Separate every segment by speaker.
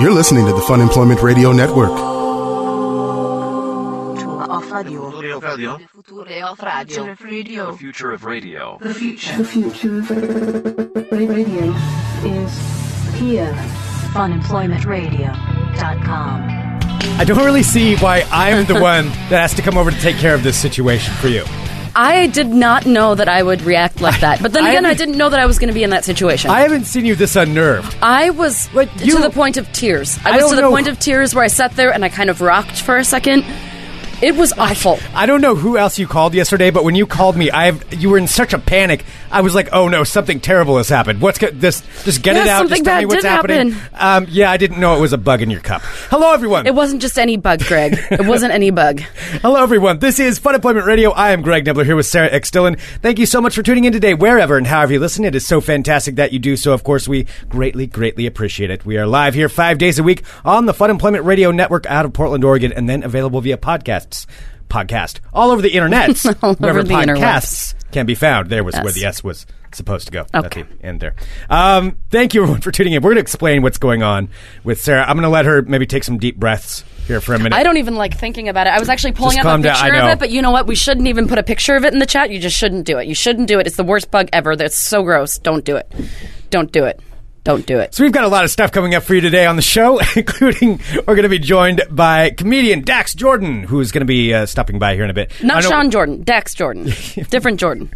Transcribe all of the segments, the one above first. Speaker 1: You're listening to the Fun Employment Radio Network.
Speaker 2: Future of radio.
Speaker 3: The
Speaker 2: Future of radio. radio.
Speaker 3: future of radio.
Speaker 4: The future of radio is here.
Speaker 2: Funemploymentradio.com.
Speaker 5: I don't really see why I'm the one that has to come over to take care of this situation for you.
Speaker 6: I did not know that I would react like that. But then
Speaker 5: I
Speaker 6: again, I
Speaker 5: haven't-
Speaker 6: didn't know that I was going to be in that situation.
Speaker 5: I haven't seen you this unnerved.
Speaker 6: I was
Speaker 5: Like,
Speaker 6: t-
Speaker 5: you-
Speaker 6: to the point of tears.
Speaker 5: I
Speaker 6: I was
Speaker 5: don't
Speaker 6: to the
Speaker 5: know-
Speaker 6: point of tears where I sat there and I kind of rocked for a second. It was awful.
Speaker 5: I don't know who else you called yesterday, but when you called me, I have, you were in such a panic. I was like, "Oh no, something terrible has happened. What's go- this? Just get
Speaker 6: Yeah,
Speaker 5: it out.
Speaker 6: something
Speaker 5: just tell
Speaker 6: bad
Speaker 5: me what's
Speaker 6: did
Speaker 5: happening." Um, yeah, I didn't know it was a bug in your cup. Hello, everyone.
Speaker 6: It wasn't just any bug, Greg. It wasn't any bug.
Speaker 5: Hello, everyone. This is Fun Employment Radio. I am Greg Nibbler here with Sarah X. Dillon. Thank you so much for tuning in today, wherever and however you listen. It is so fantastic that you do so. Of course, we greatly, greatly appreciate it. We are live here five days a week on the Fun Employment Radio Network out of Portland, Oregon, and then available via podcasts. Podcast all over the internet.
Speaker 6: All over
Speaker 5: wherever
Speaker 6: the
Speaker 5: podcasts can be found. There was where
Speaker 6: Yes.
Speaker 5: the S was supposed to go.
Speaker 6: Okay.
Speaker 5: At the end there. Um, thank you everyone for tuning in. We're going to explain what's going on with Sarah. I'm going to let her maybe take some deep breaths here for a minute.
Speaker 6: I don't even like thinking about it. I was actually pulling
Speaker 5: Just
Speaker 6: up
Speaker 5: calm
Speaker 6: a
Speaker 5: down. I
Speaker 6: picture of
Speaker 5: know.
Speaker 6: it, but you know what? We shouldn't even put a picture of it in the chat. You just shouldn't do it. You shouldn't do it. It's the worst bug ever. That's so gross. Don't do it. Don't do it. Don't do it.
Speaker 5: So we've got a lot of stuff coming up for you today on the show, including we're going to be joined by comedian Dax Jordan, who's going to be uh, stopping by here in a bit. I
Speaker 6: Not
Speaker 5: don't-
Speaker 6: Sean Jordan. Dax Jordan. Different Jordan.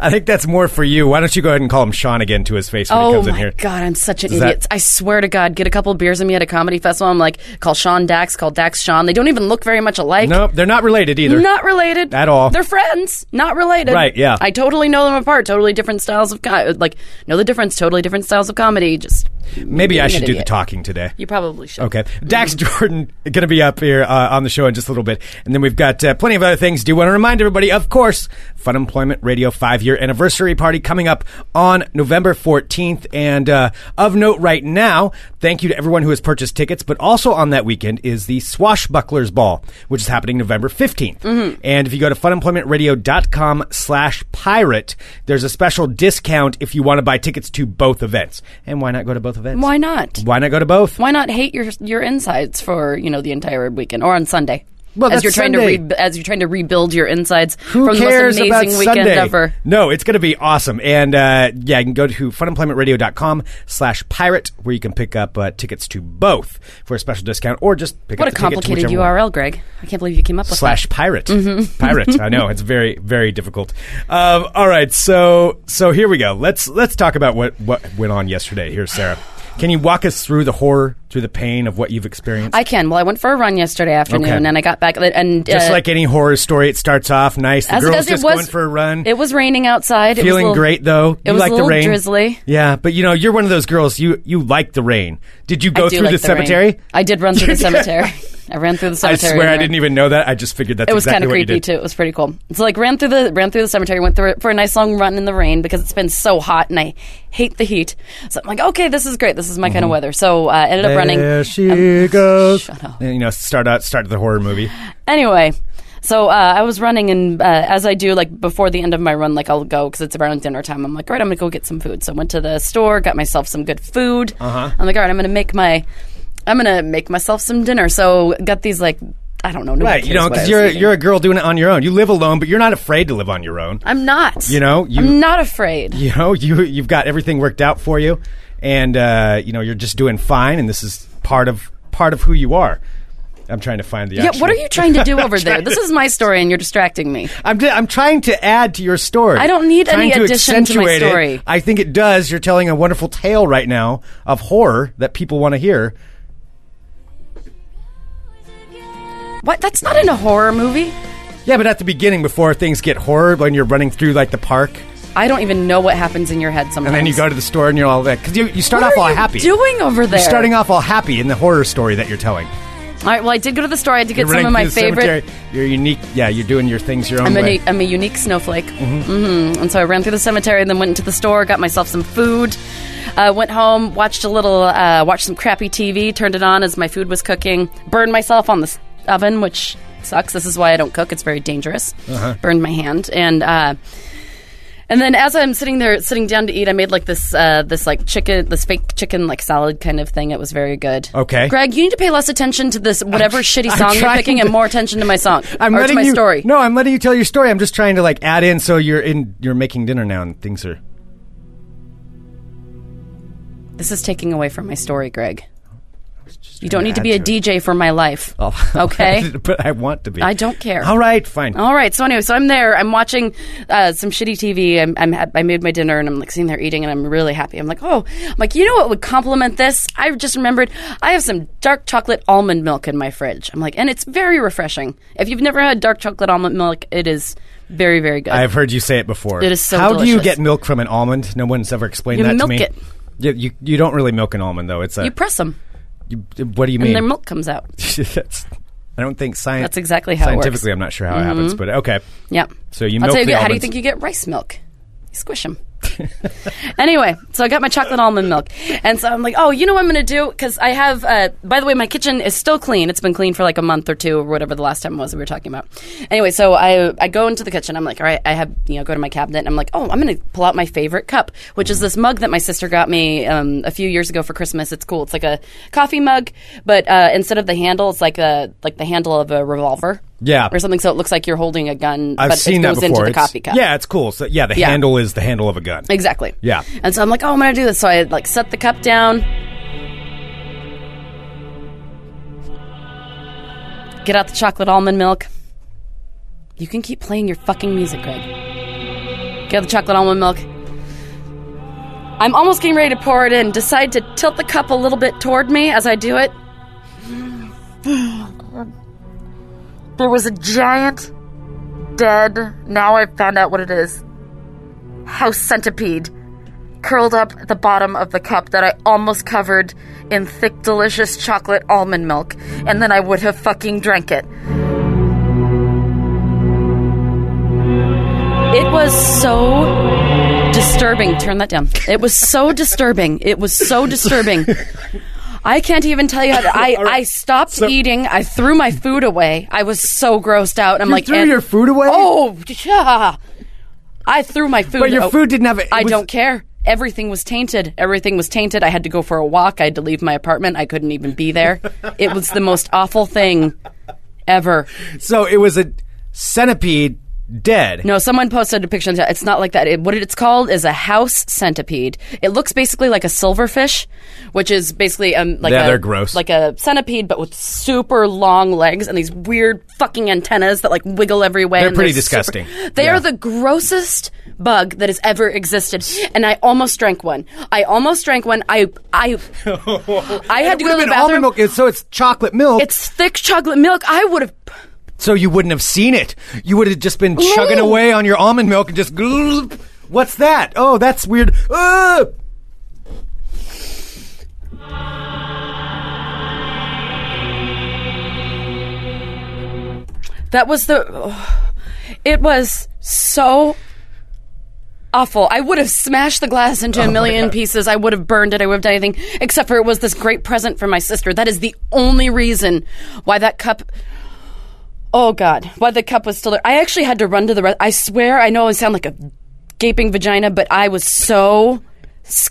Speaker 5: I think that's more for you. Why don't you go ahead and call him Sean again to his face when he
Speaker 6: Oh
Speaker 5: comes
Speaker 6: my
Speaker 5: in here?
Speaker 6: god, I'm such an
Speaker 5: Does
Speaker 6: idiot.
Speaker 5: that-
Speaker 6: I swear to God, get a couple beers in me at a comedy festival. I'm like, call Sean Dax, call Dax Sean. They don't even look very much alike.
Speaker 5: Nope, they're not related either.
Speaker 6: Not related
Speaker 5: At all.
Speaker 6: They're friends. Not related.
Speaker 5: Right, yeah.
Speaker 6: I totally know them apart. Totally different styles of co- like know the difference. Totally different styles of comedy. Just
Speaker 5: Maybe
Speaker 6: being
Speaker 5: I
Speaker 6: an
Speaker 5: should do the
Speaker 6: idiot.
Speaker 5: talking today.
Speaker 6: You probably should.
Speaker 5: Okay. Dax Jordan going to be up here uh, on the show in just a little bit. And then we've got uh, plenty of other things. Do want to remind everybody, of course, Fun Employment Radio five year anniversary party coming up on November 14th. And uh, of note right now, thank you to everyone who has purchased tickets. But also on that weekend is the Swashbucklers Ball, which is happening November 15th. And if you go to funemploymentradio.com slash pirate, there's a special discount if you want to buy tickets to both events. And why not go to both events?
Speaker 6: Why not?
Speaker 5: Why not go to both?
Speaker 6: Why not hate your your insides for you know the entire weekend or on Sunday?
Speaker 5: Well,
Speaker 6: as
Speaker 5: that's
Speaker 6: you're trying
Speaker 5: Sunday.
Speaker 6: to re- as you're trying to rebuild your insides
Speaker 5: Who
Speaker 6: from
Speaker 5: cares
Speaker 6: the most
Speaker 5: about
Speaker 6: amazing weekend
Speaker 5: Sunday?
Speaker 6: ever.
Speaker 5: No, it's going to be awesome. And uh, yeah, you can go to funemploymentradio.com slash pirate where you can pick up uh, tickets to both for a special discount or just pick
Speaker 6: What a
Speaker 5: up the ticket to
Speaker 6: complicated
Speaker 5: whichever one.
Speaker 6: URL, Greg. I can't believe you came up with that.
Speaker 5: slash pirate
Speaker 6: Mm-hmm.
Speaker 5: pirate i know it's very very difficult um, all right so so here we go let's let's talk about what what went on yesterday here sarah can you walk us through the horror through the pain of what you've experienced
Speaker 6: I can. Well, I went for a run yesterday afternoon,
Speaker 5: Okay.
Speaker 6: and I got back and uh,
Speaker 5: just like any horror story it starts off nice the
Speaker 6: as it
Speaker 5: girl's
Speaker 6: does,
Speaker 5: just
Speaker 6: it was
Speaker 5: going for a run
Speaker 6: It was raining outside. It was a
Speaker 5: feeling
Speaker 6: little-
Speaker 5: great though.
Speaker 6: It
Speaker 5: you
Speaker 6: was
Speaker 5: like
Speaker 6: a little
Speaker 5: the rain.
Speaker 6: drizzly.
Speaker 5: Yeah, but you know you're one of those girls. You you like the rain. Did you
Speaker 6: I
Speaker 5: go
Speaker 6: do
Speaker 5: through
Speaker 6: like
Speaker 5: the,
Speaker 6: rain.
Speaker 5: cemetery?
Speaker 6: I did run through the cemetery. I ran through the
Speaker 5: I
Speaker 6: cemetery.
Speaker 5: swear
Speaker 6: and
Speaker 5: I
Speaker 6: ran-
Speaker 5: didn't even know that. I just figured that's
Speaker 6: It was
Speaker 5: exactly
Speaker 6: kind of
Speaker 5: what you
Speaker 6: creepy
Speaker 5: did.
Speaker 6: too. It was pretty cool. So like ran through the ran through the cemetery, went through it for a nice long run in the rain because it's been so hot and I hate the heat. So I'm like, okay, this is great. This is my
Speaker 5: Mm-hmm.
Speaker 6: kind of weather. So uh, I ended up running.
Speaker 5: There she
Speaker 6: Um,
Speaker 5: goes.
Speaker 6: Shut up.
Speaker 5: And, you know, start out start the horror movie.
Speaker 6: Anyway, so uh, I was running, and uh, as I do, like before the end of my run, like I'll go because it's around dinner time. I'm like, all right, I'm gonna go get some food. So I went to the store, got myself some good food. Uh-huh. I'm like, all right, I'm gonna make my, I'm gonna make myself some dinner. So got these like, I don't know, nobody
Speaker 5: Right, you
Speaker 6: cares
Speaker 5: know,
Speaker 6: what I
Speaker 5: because
Speaker 6: was
Speaker 5: you're
Speaker 6: eating.
Speaker 5: you're a girl doing it on your own. You live alone, but you're not afraid to live on your own.
Speaker 6: I'm not.
Speaker 5: You know, you-
Speaker 6: I'm not afraid.
Speaker 5: You know, you you've got everything worked out for you, and uh, you know you're just doing fine. And this is part of part of who you are. I'm trying to find the.
Speaker 6: Yeah,
Speaker 5: actual-
Speaker 6: what are you trying to do over there? This is my story, and you're distracting me.
Speaker 5: I'm, di- I'm trying to add to your story.
Speaker 6: I don't need
Speaker 5: Trying
Speaker 6: any
Speaker 5: to
Speaker 6: addition to my
Speaker 5: accentuate it.
Speaker 6: story.
Speaker 5: I think it does. You're telling a wonderful tale right now of horror that people want to hear.
Speaker 6: What? That's not in a horror movie.
Speaker 5: Yeah, but at the beginning, before things get horror, when you're running through like the park,
Speaker 6: I don't even know what happens in your head sometimes.
Speaker 5: and then you go to the store and you're all that because you, you start
Speaker 6: What
Speaker 5: off
Speaker 6: are
Speaker 5: all
Speaker 6: you
Speaker 5: happy.
Speaker 6: doing over there?
Speaker 5: You're starting off all happy in the horror story that you're telling.
Speaker 6: All right. Well, I did go to the store. I had to get
Speaker 5: you're
Speaker 6: some
Speaker 5: running
Speaker 6: of my
Speaker 5: through the cemetery.
Speaker 6: favorite.
Speaker 5: You're unique. Yeah, you're doing your things your own
Speaker 6: I'm a,
Speaker 5: way. Mm-hmm.
Speaker 6: ne- I'm a unique snowflake. hmm And so I ran through the cemetery, and then went into the store, got myself some food. Uh, went home, watched a little, uh, watched some crappy TV, turned it on as my food was cooking. Burned myself on the s- oven, which
Speaker 5: Uh-huh.
Speaker 6: sucks. This is why I don't cook; it's very dangerous. Burned my hand, and uh, And then as I'm sitting there, sitting down to eat, I made like this, uh, this like chicken, this fake chicken like salad kind of thing. It was very good.
Speaker 5: Okay.
Speaker 6: Greg, you need to pay less attention to this whatever shitty
Speaker 5: I'm
Speaker 6: song you're
Speaker 5: trying
Speaker 6: picking
Speaker 5: to-
Speaker 6: and more attention to my song
Speaker 5: I'm
Speaker 6: or to
Speaker 5: letting
Speaker 6: my
Speaker 5: you,
Speaker 6: story.
Speaker 5: No, I'm letting you tell your story. I'm just trying to like add in so you're in you're making dinner now and things are
Speaker 6: This is taking away from my story, Greg.
Speaker 5: trying
Speaker 6: You don't
Speaker 5: to
Speaker 6: need to
Speaker 5: add
Speaker 6: be a
Speaker 5: to it. Oh.
Speaker 6: DJ for my life. Okay.
Speaker 5: but I want to be.
Speaker 6: I don't care.
Speaker 5: All right, fine.
Speaker 6: All right. So anyway, so I'm there. I'm watching uh, some shitty TV. I'm, I'm ha- I made my dinner and I'm like sitting there eating and I'm really happy. I'm like, oh, I'm like you know what would complement this? I just remembered I have some dark chocolate almond milk in my fridge. I'm like, and it's very refreshing. If you've never had dark chocolate almond milk, it is very very good.
Speaker 5: I've heard you say it before.
Speaker 6: It is so
Speaker 5: How do you
Speaker 6: delicious.
Speaker 5: get milk from an almond? No one's ever explained
Speaker 6: You
Speaker 5: that to
Speaker 6: milk
Speaker 5: me.
Speaker 6: it.
Speaker 5: You, you you don't really milk an almond though. It's a
Speaker 6: you press them
Speaker 5: you- what do you
Speaker 6: and
Speaker 5: mean?
Speaker 6: their milk comes out.
Speaker 5: That's- I don't think science.
Speaker 6: That's exactly how it works.
Speaker 5: scientifically. I'm not sure how it happens, but okay.
Speaker 6: Yeah.
Speaker 5: So you
Speaker 6: I'll
Speaker 5: milk
Speaker 6: tell you,
Speaker 5: the
Speaker 6: good- how do you
Speaker 5: almonds.
Speaker 6: think you get rice milk? You squish them. anyway, so I got my chocolate almond milk, and so I'm like, oh, you know what I'm gonna do? Because I have, uh, by the way, my kitchen is still clean. It's been clean for like a month or two or whatever the last time was that we were talking about. Anyway, so I I go into the kitchen. I'm like, all right, I have you know go to my cabinet. and I'm like, oh, I'm gonna pull out my favorite cup, which is this mug that my sister got me um, a few years ago for Christmas. It's cool. It's like a coffee mug, but uh, instead of the handle, it's like a like the handle of a revolver.
Speaker 5: Yeah.
Speaker 6: or something. So it looks like you're holding a gun,
Speaker 5: I've
Speaker 6: but
Speaker 5: seen
Speaker 6: it
Speaker 5: that
Speaker 6: goes
Speaker 5: before.
Speaker 6: into the
Speaker 5: It's-
Speaker 6: coffee cup.
Speaker 5: Yeah, it's cool. So yeah, the
Speaker 6: Yeah.
Speaker 5: handle is the handle of a gun.
Speaker 6: Exactly.
Speaker 5: Yeah.
Speaker 6: And so I'm like, oh, I'm going to do this. So I like set the cup down, get out the chocolate almond milk. You can keep playing your fucking music, Greg. Get out the chocolate almond milk. I'm almost getting ready to pour it in. Decide to tilt the cup a little bit toward me as I do it. There was a giant, dead, now I've found out what it is, house centipede curled up at the bottom of the cup that I almost covered in thick, delicious chocolate almond milk, and then I would have fucking drank it. It was so disturbing. Turn that down. It was so disturbing. It was so disturbing. I can't even tell you how. To, I I stopped eating. I threw my food away. I was so grossed out. I'm
Speaker 5: You
Speaker 6: like,
Speaker 5: threw
Speaker 6: and-
Speaker 5: your food away?
Speaker 6: Oh yeah. I threw my food.
Speaker 5: But your
Speaker 6: oh,
Speaker 5: food didn't have. it
Speaker 6: I
Speaker 5: was-
Speaker 6: don't care. Everything was tainted. Everything was tainted. I had to go for a walk. I had to leave my apartment. I couldn't even be there. it was the most awful thing ever.
Speaker 5: So it was a centipede dead.
Speaker 6: No, someone posted a picture. on the- It's not like that. It, what it's called is a house centipede. It looks basically like a silverfish, which is basically um like
Speaker 5: Yeah,
Speaker 6: a,
Speaker 5: they're gross.
Speaker 6: like a centipede, but with super long legs and these weird fucking antennas that like wiggle every way.
Speaker 5: They're
Speaker 6: and
Speaker 5: pretty
Speaker 6: super-
Speaker 5: disgusting.
Speaker 6: they
Speaker 5: Yeah.
Speaker 6: are the grossest bug that has ever existed, and I almost drank one. I almost drank one. I I I had to go to the
Speaker 5: But almond
Speaker 6: bathroom.
Speaker 5: milk. is- So it's chocolate milk.
Speaker 6: It's thick chocolate milk. I would have.
Speaker 5: so you wouldn't have seen it. You would have just been chugging
Speaker 6: No.
Speaker 5: away on your almond milk and just. "Glug." What's that? Oh, that's weird. Ugh!
Speaker 6: That was the. it was so awful. I would have smashed the glass into a million pieces. I would have burned it. I would have done anything except for it was this great present from my sister. That is the only reason why that cup. Oh God! Why the cup was still there? I actually had to run to the. Re- I swear, I know I sound like a gaping vagina, but I was so. s-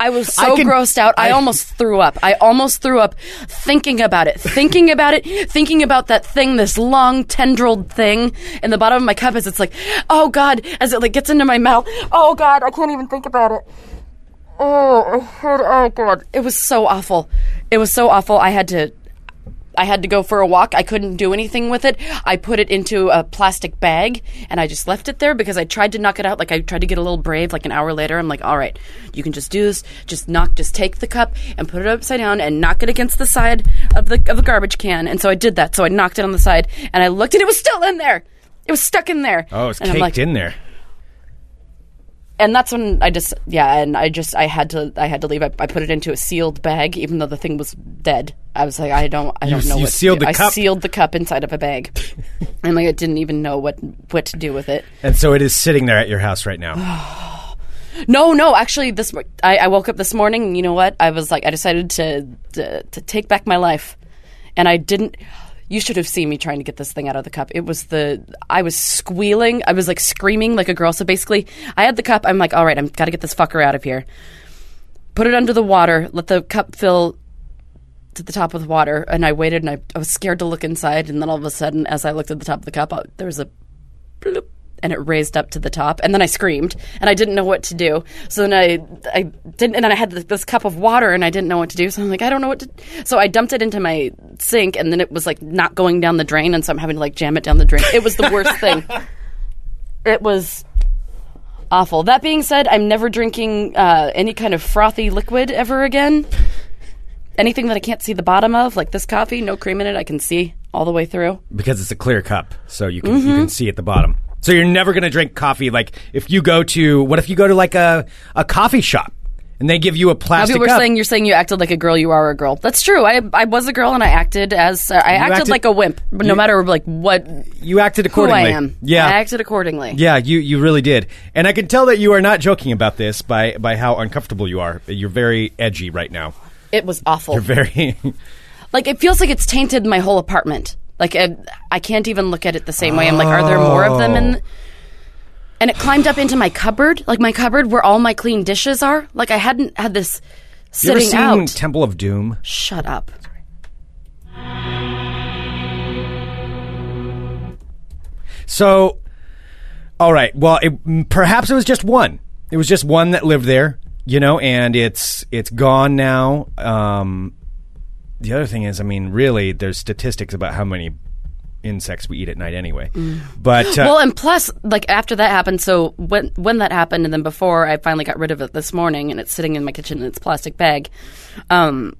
Speaker 6: I was so
Speaker 5: I can-
Speaker 6: grossed out. I,
Speaker 5: I-
Speaker 6: almost threw up. I almost threw up thinking about it, thinking about it, thinking about that thing, this long tendrilled thing in the bottom of my cup as it's like, oh God, as it like gets into my mouth. Oh God, I can't even think about it. Oh, I had, oh God. It was so awful. It was so awful. I had to, I had to go for a walk. I couldn't do anything with it. I put it into a plastic bag and I just left it there because I tried to knock it out. Like I tried to get a little brave. Like an hour later, I'm like, all right, you can just do this. Just knock. Just take the cup and put it upside down and knock it against the side of the of the garbage can. And so I did that. So I knocked it on the side and I looked and it was still in there. It was stuck in there.
Speaker 5: Oh, it's
Speaker 6: and
Speaker 5: caked in there.
Speaker 6: and that's when I just yeah, and I just I had to I had to leave. I, I put it into a sealed bag, even though the thing was dead. I was like, I don't I don't know.
Speaker 5: you
Speaker 6: what to
Speaker 5: sealed
Speaker 6: do.
Speaker 5: the
Speaker 6: I
Speaker 5: cup?
Speaker 6: sealed the cup inside of a bag. and like I didn't even know what what to do with it.
Speaker 5: And so it is sitting there at your house right now.
Speaker 6: No, no, actually, this mor- I, I woke up this morning, and you know what? I was like, I decided to to, to take back my life, and I didn't. You should have seen me trying to get this thing out of the cup. It was the I was squealing. I was like screaming like a girl. So basically, I had the cup. I'm like, all right, I'm got to get this fucker out of here. Put it under the water. Let the cup fill to the top of the water, and I waited, and I, I was scared to look inside. And then all of a sudden, as I looked at the top of the cup, I, there was a bloop, and it raised up to the top. And then I screamed, and I didn't know what to do. So then I, I didn't, and then I had th- this cup of water, and I didn't know what to do. So I'm like, I don't know what to. So I dumped it into my sink, and then it was like not going down the drain, and so I'm having to like jam it down the drain. It was the worst thing. It was awful. That being said, I'm never drinking uh, any kind of frothy liquid ever again. Anything that I can't see the bottom of, like this coffee, no cream in it, I can see all the way through.
Speaker 5: because it's a clear cup, so you can
Speaker 6: Mm-hmm.
Speaker 5: you can see at the bottom. So you're never gonna drink coffee. Like if you go to what if you go to like a a coffee shop and they give you a
Speaker 6: Now,
Speaker 5: plastic
Speaker 6: people were
Speaker 5: cup.
Speaker 6: saying you're saying you acted like a girl. You are a girl. That's true. I I was a girl and I acted as uh, I acted,
Speaker 5: acted-
Speaker 6: like a wimp, but no matter like what
Speaker 5: you acted
Speaker 6: who
Speaker 5: accordingly.
Speaker 6: I am.
Speaker 5: Yeah,
Speaker 6: I acted accordingly.
Speaker 5: Yeah, you, you really did, and I can tell that you are not joking about this by by how uncomfortable you are. You're very edgy right now.
Speaker 6: It was awful.
Speaker 5: You're very
Speaker 6: like it feels like it's tainted my whole apartment. Like I, I can't even look at it the same way. I'm like, are there more of them?
Speaker 5: Oh.
Speaker 6: In and it climbed up into my cupboard, like my cupboard where all my clean dishes are. Like I hadn't had this
Speaker 5: you ever
Speaker 6: sitting
Speaker 5: seen
Speaker 6: out.
Speaker 5: Temple of Doom?
Speaker 6: Shut up.
Speaker 5: So, all right. Well, it, perhaps it was just one. It was just one that lived there, you know, and it's it's gone now. Um, the other thing is, I mean, really, there's statistics about how many insects we eat at night, anyway. But uh,
Speaker 6: Mm. Well, and plus, like after that happened, so when when that happened, and then before I finally got rid of it this morning, and it's sitting in my kitchen in its plastic bag. Um,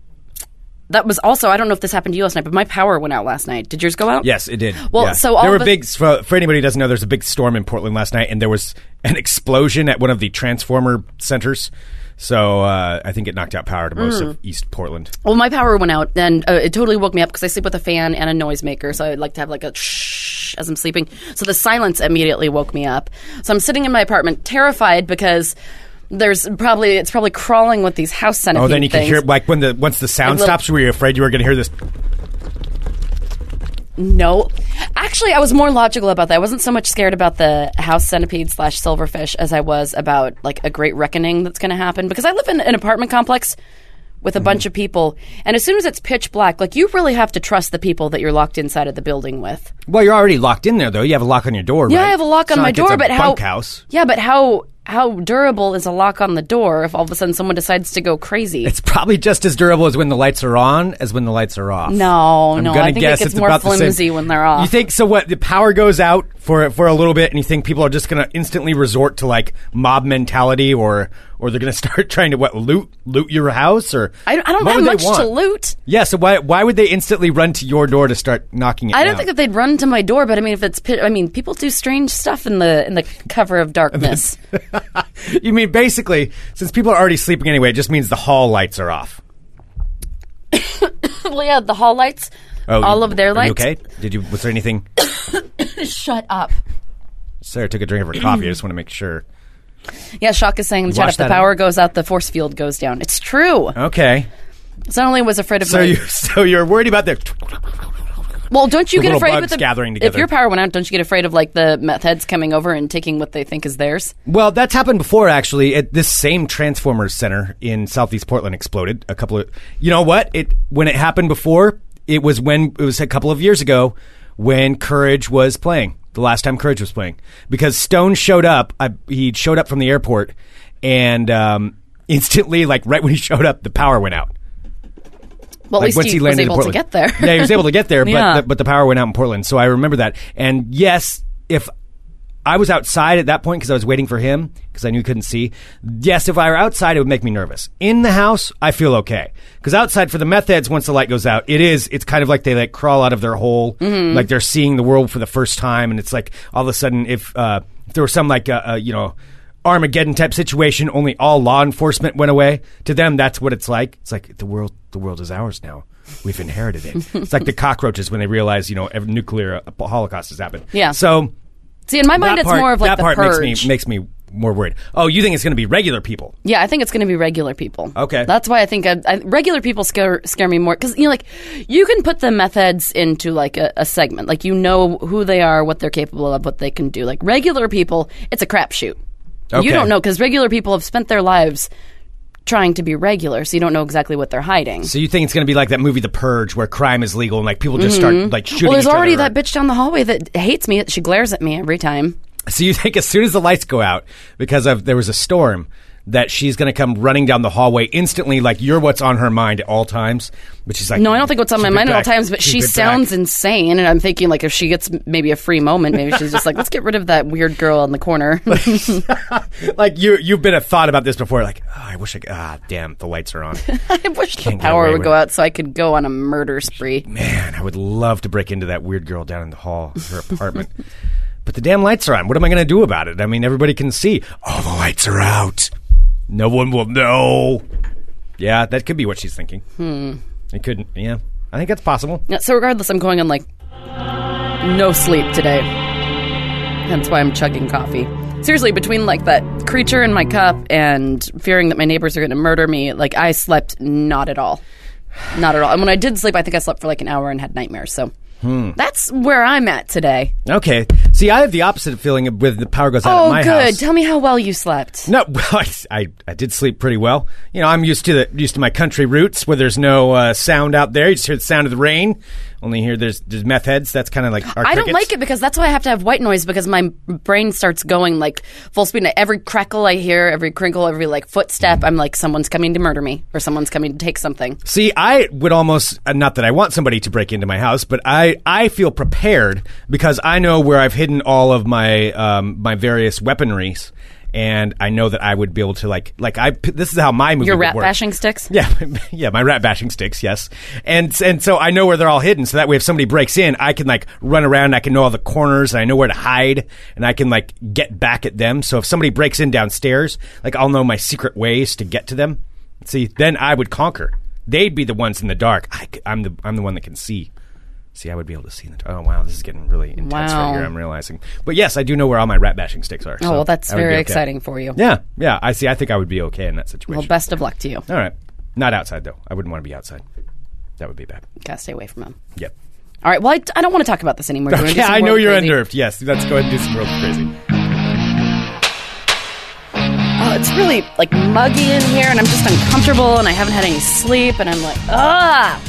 Speaker 6: that was also I don't know if this happened to you last night, but my power went out last night. Did yours go out?
Speaker 5: Yes, it did.
Speaker 6: Well,
Speaker 5: Yeah.
Speaker 6: so all
Speaker 5: there were
Speaker 6: of us-
Speaker 5: big for, for anybody who doesn't know. There's a big storm in Portland last night, and there was an explosion at one of the transformer centers. So uh, I think it knocked out power to most
Speaker 6: Mm.
Speaker 5: of East Portland.
Speaker 6: Well, my power went out, and uh, it totally woke me up because I sleep with a fan and a noisemaker, so I like to have like a shh as I'm sleeping. So the silence immediately woke me up. So I'm sitting in my apartment, terrified because there's probably it's probably crawling with these house centipede
Speaker 5: Oh, then you
Speaker 6: things.
Speaker 5: can hear like when the once the sound
Speaker 6: little-
Speaker 5: stops, were you afraid you were going to hear this?
Speaker 6: No, actually, I was more logical about that. I wasn't so much scared about the house centipede slash silverfish as I was about like a great reckoning that's going to happen because I live in an apartment complex with a bunch of people, and as soon as it's pitch black, like you really have to trust the people that you're locked inside of the building with.
Speaker 5: Well, you're already locked in there, though. You have a lock on your door.
Speaker 6: Yeah,
Speaker 5: right?
Speaker 6: I have a lock
Speaker 5: It's
Speaker 6: on
Speaker 5: not
Speaker 6: my
Speaker 5: like it's
Speaker 6: door,
Speaker 5: a
Speaker 6: but how?
Speaker 5: bunkhouse?
Speaker 6: Yeah, but how how durable is a lock on the door if all of a sudden someone decides to go crazy?
Speaker 5: It's probably just as durable as when the lights are on as when the lights are off.
Speaker 6: No,
Speaker 5: I'm
Speaker 6: no,
Speaker 5: gonna
Speaker 6: I think it
Speaker 5: guess
Speaker 6: gets
Speaker 5: it's
Speaker 6: more
Speaker 5: about the same.
Speaker 6: flimsy when they're off.
Speaker 5: You think so? What the power goes out for for a little bit, and you think people are just going to instantly resort to like mob mentality, or or they're going to start trying to what loot loot your house, or
Speaker 6: I don't, I don't
Speaker 5: what
Speaker 6: have
Speaker 5: would they
Speaker 6: much to
Speaker 5: want?
Speaker 6: loot.
Speaker 5: Yeah, so why why would they instantly run to your door to start knocking it?
Speaker 6: I don't
Speaker 5: down?
Speaker 6: think that they'd run to my door, but I mean, if it's, pit- I mean, people do strange stuff in the in the cover of darkness.
Speaker 5: you mean basically, since people are already sleeping anyway, it just means the hall lights are off.
Speaker 6: well, yeah, the hall lights,
Speaker 5: Oh,
Speaker 6: all
Speaker 5: you-
Speaker 6: of their
Speaker 5: are you
Speaker 6: lights.
Speaker 5: okay, did you? Was there anything?
Speaker 6: Shut up.
Speaker 5: Sarah took a drink of her coffee. I just want to make sure.
Speaker 6: Yeah, Shock is saying, "Shut
Speaker 5: wash
Speaker 6: up." The
Speaker 5: that
Speaker 6: power
Speaker 5: out?
Speaker 6: goes out, the force field goes down. It's true.
Speaker 5: Okay,
Speaker 6: So not only was afraid of
Speaker 5: so
Speaker 6: my-
Speaker 5: you so you're worried about the
Speaker 6: well, don't you
Speaker 5: the
Speaker 6: get
Speaker 5: little
Speaker 6: afraid
Speaker 5: bugs
Speaker 6: with the
Speaker 5: gathering
Speaker 6: if
Speaker 5: together.
Speaker 6: your power went out, don't you get afraid of like the meth heads coming over and taking what they think is theirs?
Speaker 5: Well, that's happened before, actually. At this same Transformers Center in Southeast Portland exploded a couple of. You know what? It when it happened before, it was when it was a couple of years ago when Courage was playing. The last time Courage was playing, because Stone showed up, I, he showed up from the airport, and um, instantly, like right when he showed up, the power went out.
Speaker 6: Well,
Speaker 5: Like
Speaker 6: at least he, was
Speaker 5: in
Speaker 6: able to
Speaker 5: Portland.
Speaker 6: get there.
Speaker 5: yeah, he was able to get there, but
Speaker 6: Yeah.
Speaker 5: the, but the power went out in Portland. So I remember that. And yes, if I was outside at that point because I was waiting for him because I knew he couldn't see. Yes, if I were outside, it would make me nervous. In the house, I feel okay because outside for the meth heads, once the light goes out, it is it's kind of like they like crawl out of their hole, like they're seeing the world for the first time, and it's like all of a sudden if uh, if there was some like uh, uh, you know. Armageddon type situation. Only all law enforcement went away. To them, that's what it's like. It's like the world. The world is ours now. We've inherited it. it's like the cockroaches when they realize, you know, every nuclear uh, holocaust has happened.
Speaker 6: Yeah.
Speaker 5: So
Speaker 6: See, in my
Speaker 5: that
Speaker 6: mind, it's
Speaker 5: part-
Speaker 6: more of like
Speaker 5: that
Speaker 6: the
Speaker 5: part
Speaker 6: purge.
Speaker 5: makes me makes me more worried. Oh, you think it's going to be regular people?
Speaker 6: Yeah, I think it's going to be regular people.
Speaker 5: Okay.
Speaker 6: that's why I think I, I, regular people scare scare me more because you know, like you can put the methods into like a, a segment, like you know who they are, what they're capable of, what they can do. Like regular people, it's a crapshoot.
Speaker 5: Okay.
Speaker 6: You don't know because regular people have spent their lives trying to be regular, so you don't know exactly what they're hiding.
Speaker 5: So you think it's going to be like that movie The Purge where crime is legal and like people just start like shooting
Speaker 6: Mm-hmm. well, there's
Speaker 5: each
Speaker 6: already
Speaker 5: other?
Speaker 6: that bitch down the hallway that hates me. She glares at me every time.
Speaker 5: So you think as soon as the lights go out because of there was a storm that she's going to come running down the hallway instantly like you're what's on her mind at all times, but she's like
Speaker 6: No, I don't think what's on
Speaker 5: she's
Speaker 6: my
Speaker 5: been
Speaker 6: mind
Speaker 5: back.
Speaker 6: at all times, but
Speaker 5: She's
Speaker 6: she
Speaker 5: been
Speaker 6: sounds
Speaker 5: back.
Speaker 6: insane, and I'm thinking like if she gets m- maybe a free moment, maybe she's just like, let's get rid of that weird girl in the corner.
Speaker 5: like you you've been a thought about this before like oh, I wish I could, ah damn the lights are on.
Speaker 6: I wish the
Speaker 5: Can't get
Speaker 6: power
Speaker 5: away
Speaker 6: would
Speaker 5: with
Speaker 6: go
Speaker 5: it.
Speaker 6: out so I could go on a murder spree.
Speaker 5: Man, I would love to break into that weird girl down in the hall of her apartment. but the damn lights are on. What am I going to do about it? I mean, everybody can see. All the lights are out. No one will know. Yeah, that could be what she's thinking. Hmm. It couldn't. Yeah. I think that's possible.
Speaker 6: Yeah, So regardless, I'm going on like no sleep today. That's why I'm chugging coffee. Seriously, between like that creature in my cup and fearing that my neighbors are going to murder me, like I slept not at all, not at all. And when I did sleep, I think I slept for like an hour and had nightmares. So
Speaker 5: Hmm.
Speaker 6: that's where I'm at today.
Speaker 5: Okay. See, I have the opposite feeling with the power goes out at
Speaker 6: Oh,
Speaker 5: my
Speaker 6: good.
Speaker 5: house.
Speaker 6: Tell me how well you slept.
Speaker 5: No, well, I, I, I did sleep pretty well. You know, I'm used to the used to my country roots where there's no uh, sound out there. You just hear the sound of the rain. Only hear there's there's meth heads. That's kind of like our
Speaker 6: I don't
Speaker 5: crickets.
Speaker 6: like it because that's why I have to have white noise because my brain starts going like full speed. And every crackle I hear, every crinkle, every like footstep, I'm like someone's coming to murder me or someone's coming to take something.
Speaker 5: See, I would almost uh, not that I want somebody to break into my house, but I, I feel prepared because I know where I've hidden all of my um, my various weaponries, and I know that I would be able to like like I p- this is how my movie
Speaker 6: Your
Speaker 5: would
Speaker 6: rat
Speaker 5: work.
Speaker 6: bashing sticks.
Speaker 5: Yeah, yeah, my rat bashing sticks, yes, and and so I know where they're all hidden. So that way, if somebody breaks in, I can like run around. I can know all the corners, and I know where to hide, and I can like get back at them. So if somebody breaks in downstairs, like I'll know my secret ways to get to them. See, then I would conquer. They'd be the ones in the dark. I, am the I'm the one that can see. See, I would be able to see in the. Oh wow, this is getting really intense
Speaker 6: Wow.
Speaker 5: right here. I'm realizing, but yes, I do know where all my rat bashing sticks are.
Speaker 6: Oh, well, that's very exciting
Speaker 5: For-
Speaker 6: for you.
Speaker 5: yeah, yeah. I see. I think I would be okay in that situation.
Speaker 6: Well, best of luck to you.
Speaker 5: All right. Not outside, though. I wouldn't want to be outside. That would be bad.
Speaker 6: Gotta stay away from him.
Speaker 5: Yep.
Speaker 6: All right. Well, I, I don't want to talk about this anymore. We're gonna do
Speaker 5: Yeah,
Speaker 6: some
Speaker 5: I know
Speaker 6: world
Speaker 5: you're
Speaker 6: crazy.
Speaker 5: unnerved. Yes, let's go ahead and do some real crazy.
Speaker 6: Oh, it's really like muggy in here, and I'm just uncomfortable, and I haven't had any sleep, and I'm like, ah.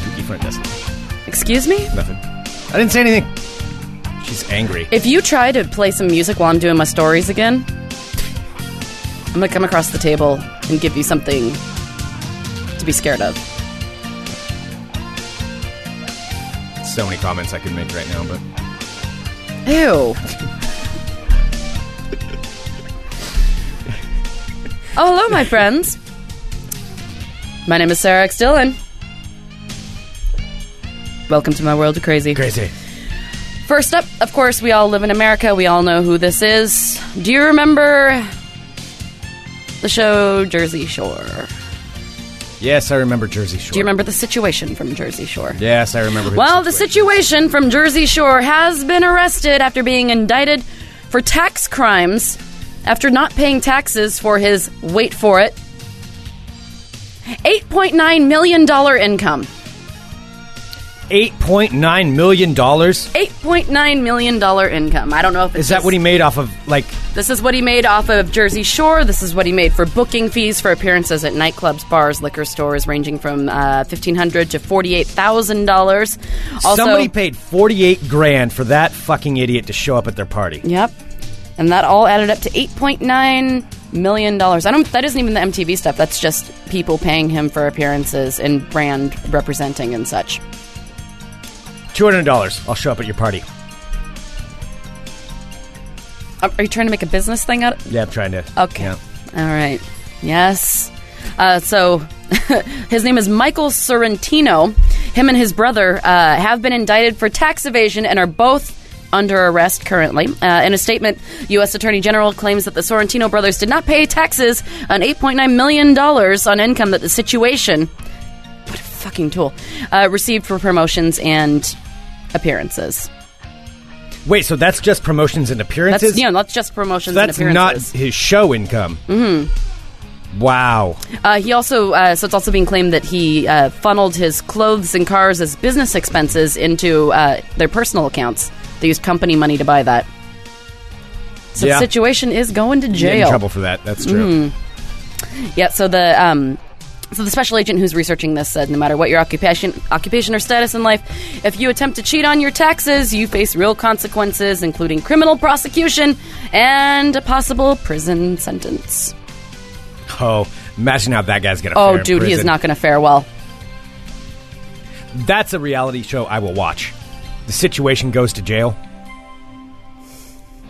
Speaker 5: Kooky front desk.
Speaker 6: Excuse me.
Speaker 5: Nothing. I didn't say anything. She's angry.
Speaker 6: If you try to play some music while I'm doing my stories again, I'm gonna come across the table and give you something to be scared of.
Speaker 5: so many comments I could make right now, but
Speaker 6: Ew. oh, hello, my friends. My name is Sarah X. Dillon. Welcome to my world of crazy.
Speaker 5: crazy.
Speaker 6: First up, of course, we all live in America. We all know who this is. Do you remember the show Jersey Shore?
Speaker 5: Yes, I remember Jersey Shore.
Speaker 6: Do you remember the situation from Jersey Shore?
Speaker 5: Yes, I remember. who
Speaker 6: Well, the
Speaker 5: this was.
Speaker 6: situation from Jersey Shore has been arrested after being indicted for tax crimes after not paying taxes for his wait for it $8.9 million income.
Speaker 5: Eight point nine million dollars.
Speaker 6: $8.9 million income. I don't know if it's
Speaker 5: Is that
Speaker 6: just-
Speaker 5: what he made off of? Like,
Speaker 6: This is what he made off of Jersey Shore. This is what he made for booking fees for appearances at nightclubs, bars, liquor stores, ranging from uh, fifteen hundred to forty-eight thousand dollars. Also,
Speaker 5: somebody paid forty-eight grand for that fucking idiot to show up at their party.
Speaker 6: yep, and that all added up to eight point nine million dollars. I don't. That isn't even the MTV stuff. That's just people paying him for appearances and brand representing and such.
Speaker 5: Two hundred dollars. I'll show up at your party.
Speaker 6: Uh, Are are you trying to make a business thing out?
Speaker 5: Yeah, I'm trying to.
Speaker 6: Okay.
Speaker 5: Yeah.
Speaker 6: All right. Yes. Uh, so his name is Michael Sorrentino. Him and his brother uh, have been indicted for tax evasion and are both under arrest currently. Uh, in a statement, U.S. Attorney General claims that the Sorrentino brothers did not pay taxes on $8.9 million on income that the situation, what a fucking tool, uh, received for promotions and appearances.
Speaker 5: Wait, so that's just promotions and appearances?
Speaker 6: That's you know that's just promotions
Speaker 5: that's
Speaker 6: and
Speaker 5: not
Speaker 6: appearances. Mm-hmm.
Speaker 5: his show income. Wow.
Speaker 6: uh, he also uh, so it's also being claimed that he uh, funneled his clothes and cars as business expenses into uh, their personal accounts. They used company money to buy that. So
Speaker 5: Yeah.
Speaker 6: the situation is going to
Speaker 5: Get
Speaker 6: jail.
Speaker 5: in trouble for that. That's true.
Speaker 6: Yeah. So the um, so the special agent who's researching this said, no matter what your occupation, occupation or status in life, if you attempt to cheat on your taxes, you face real consequences, including criminal prosecution and a possible prison sentence.
Speaker 5: Oh, imagine how that guy's gonna.
Speaker 6: Mm-hmm. Oh,
Speaker 5: fare in
Speaker 6: dude, he is
Speaker 5: prison.
Speaker 6: not going to fare well.
Speaker 5: That's a reality show I will watch. The situation goes to jail.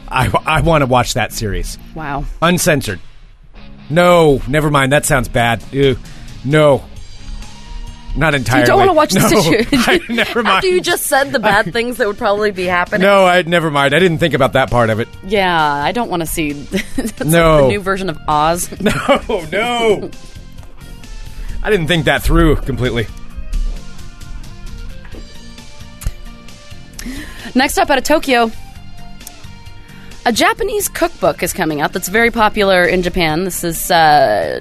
Speaker 5: I I want to watch that series.
Speaker 6: Wow.
Speaker 5: Uncensored. No, never mind. That sounds bad. Ew. No. Not entirely.
Speaker 6: You don't want to watch
Speaker 5: no,
Speaker 6: the situation.
Speaker 5: I- never mind.
Speaker 6: After you just said the bad things that would probably be happening.
Speaker 5: No, I never mind. I didn't think about that part of it.
Speaker 6: Yeah, I don't want to see that's
Speaker 5: No.
Speaker 6: the new version of Oz.
Speaker 5: No, no. I didn't think that through completely.
Speaker 6: Next up out of Tokyo, a Japanese cookbook is coming out that's very popular in Japan. This is uh,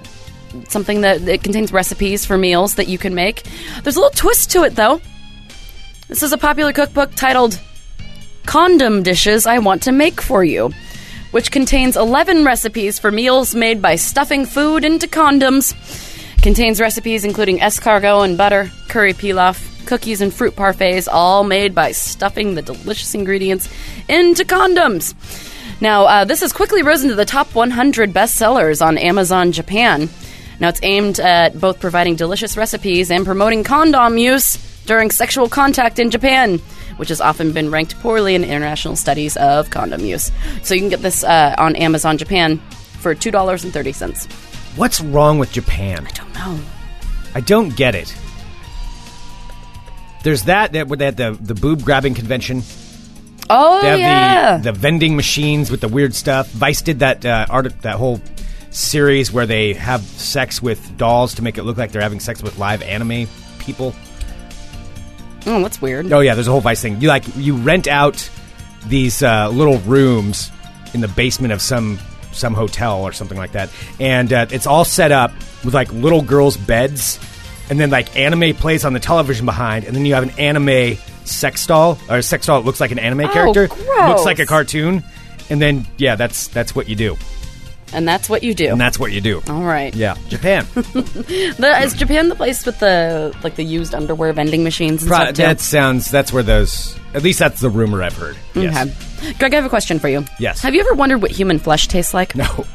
Speaker 6: something that it contains recipes for meals that you can make. There's a little twist to it, though. This is a popular cookbook titled Condom Dishes I Want to Make for You, which contains 11 recipes for meals made by stuffing food into condoms. Contains recipes including escargot and butter, curry pilaf, cookies and fruit parfaits, all made by stuffing the delicious ingredients into condoms. Now, uh, this has quickly risen to the top 100 bestsellers on Amazon Japan. Now, it's aimed at both providing delicious recipes and promoting condom use during sexual contact in Japan, which has often been ranked poorly in international studies of condom use. So you can get this uh, on Amazon Japan for $2.30.
Speaker 5: What's wrong with Japan?
Speaker 6: Don't know.
Speaker 5: I don't get it. There's that that they had the the boob grabbing convention.
Speaker 6: Oh,
Speaker 5: They have
Speaker 6: yeah.
Speaker 5: the the vending machines with the weird stuff. Vice did that uh, art that whole series where they have sex with dolls to make it look like they're having sex with live anime people.
Speaker 6: oh, that's weird.
Speaker 5: Oh yeah, there's a whole Vice thing. You like you rent out these uh, little rooms in the basement of some some hotel or something like that, and uh, it's all set up with like little girls' beds, and then like anime plays on the television behind, and then you have an anime sex doll or a sex doll. that looks like an anime
Speaker 6: Oh,
Speaker 5: character, looks
Speaker 6: gross.
Speaker 5: like a cartoon, and then yeah, that's that's what you do,
Speaker 6: And that's what you do.
Speaker 5: and that's what you do.
Speaker 6: All right.
Speaker 5: Yeah, Japan.
Speaker 6: The, is Japan the place with the like the used underwear vending machines and
Speaker 5: Pro-
Speaker 6: stuff too?
Speaker 5: that sounds. That's where those. At least that's the rumor I've heard.
Speaker 6: Mm-hmm.
Speaker 5: Yes.
Speaker 6: Okay. Greg, I have a question for you.
Speaker 5: Yes.
Speaker 6: Have you ever wondered what human flesh tastes like?
Speaker 5: No.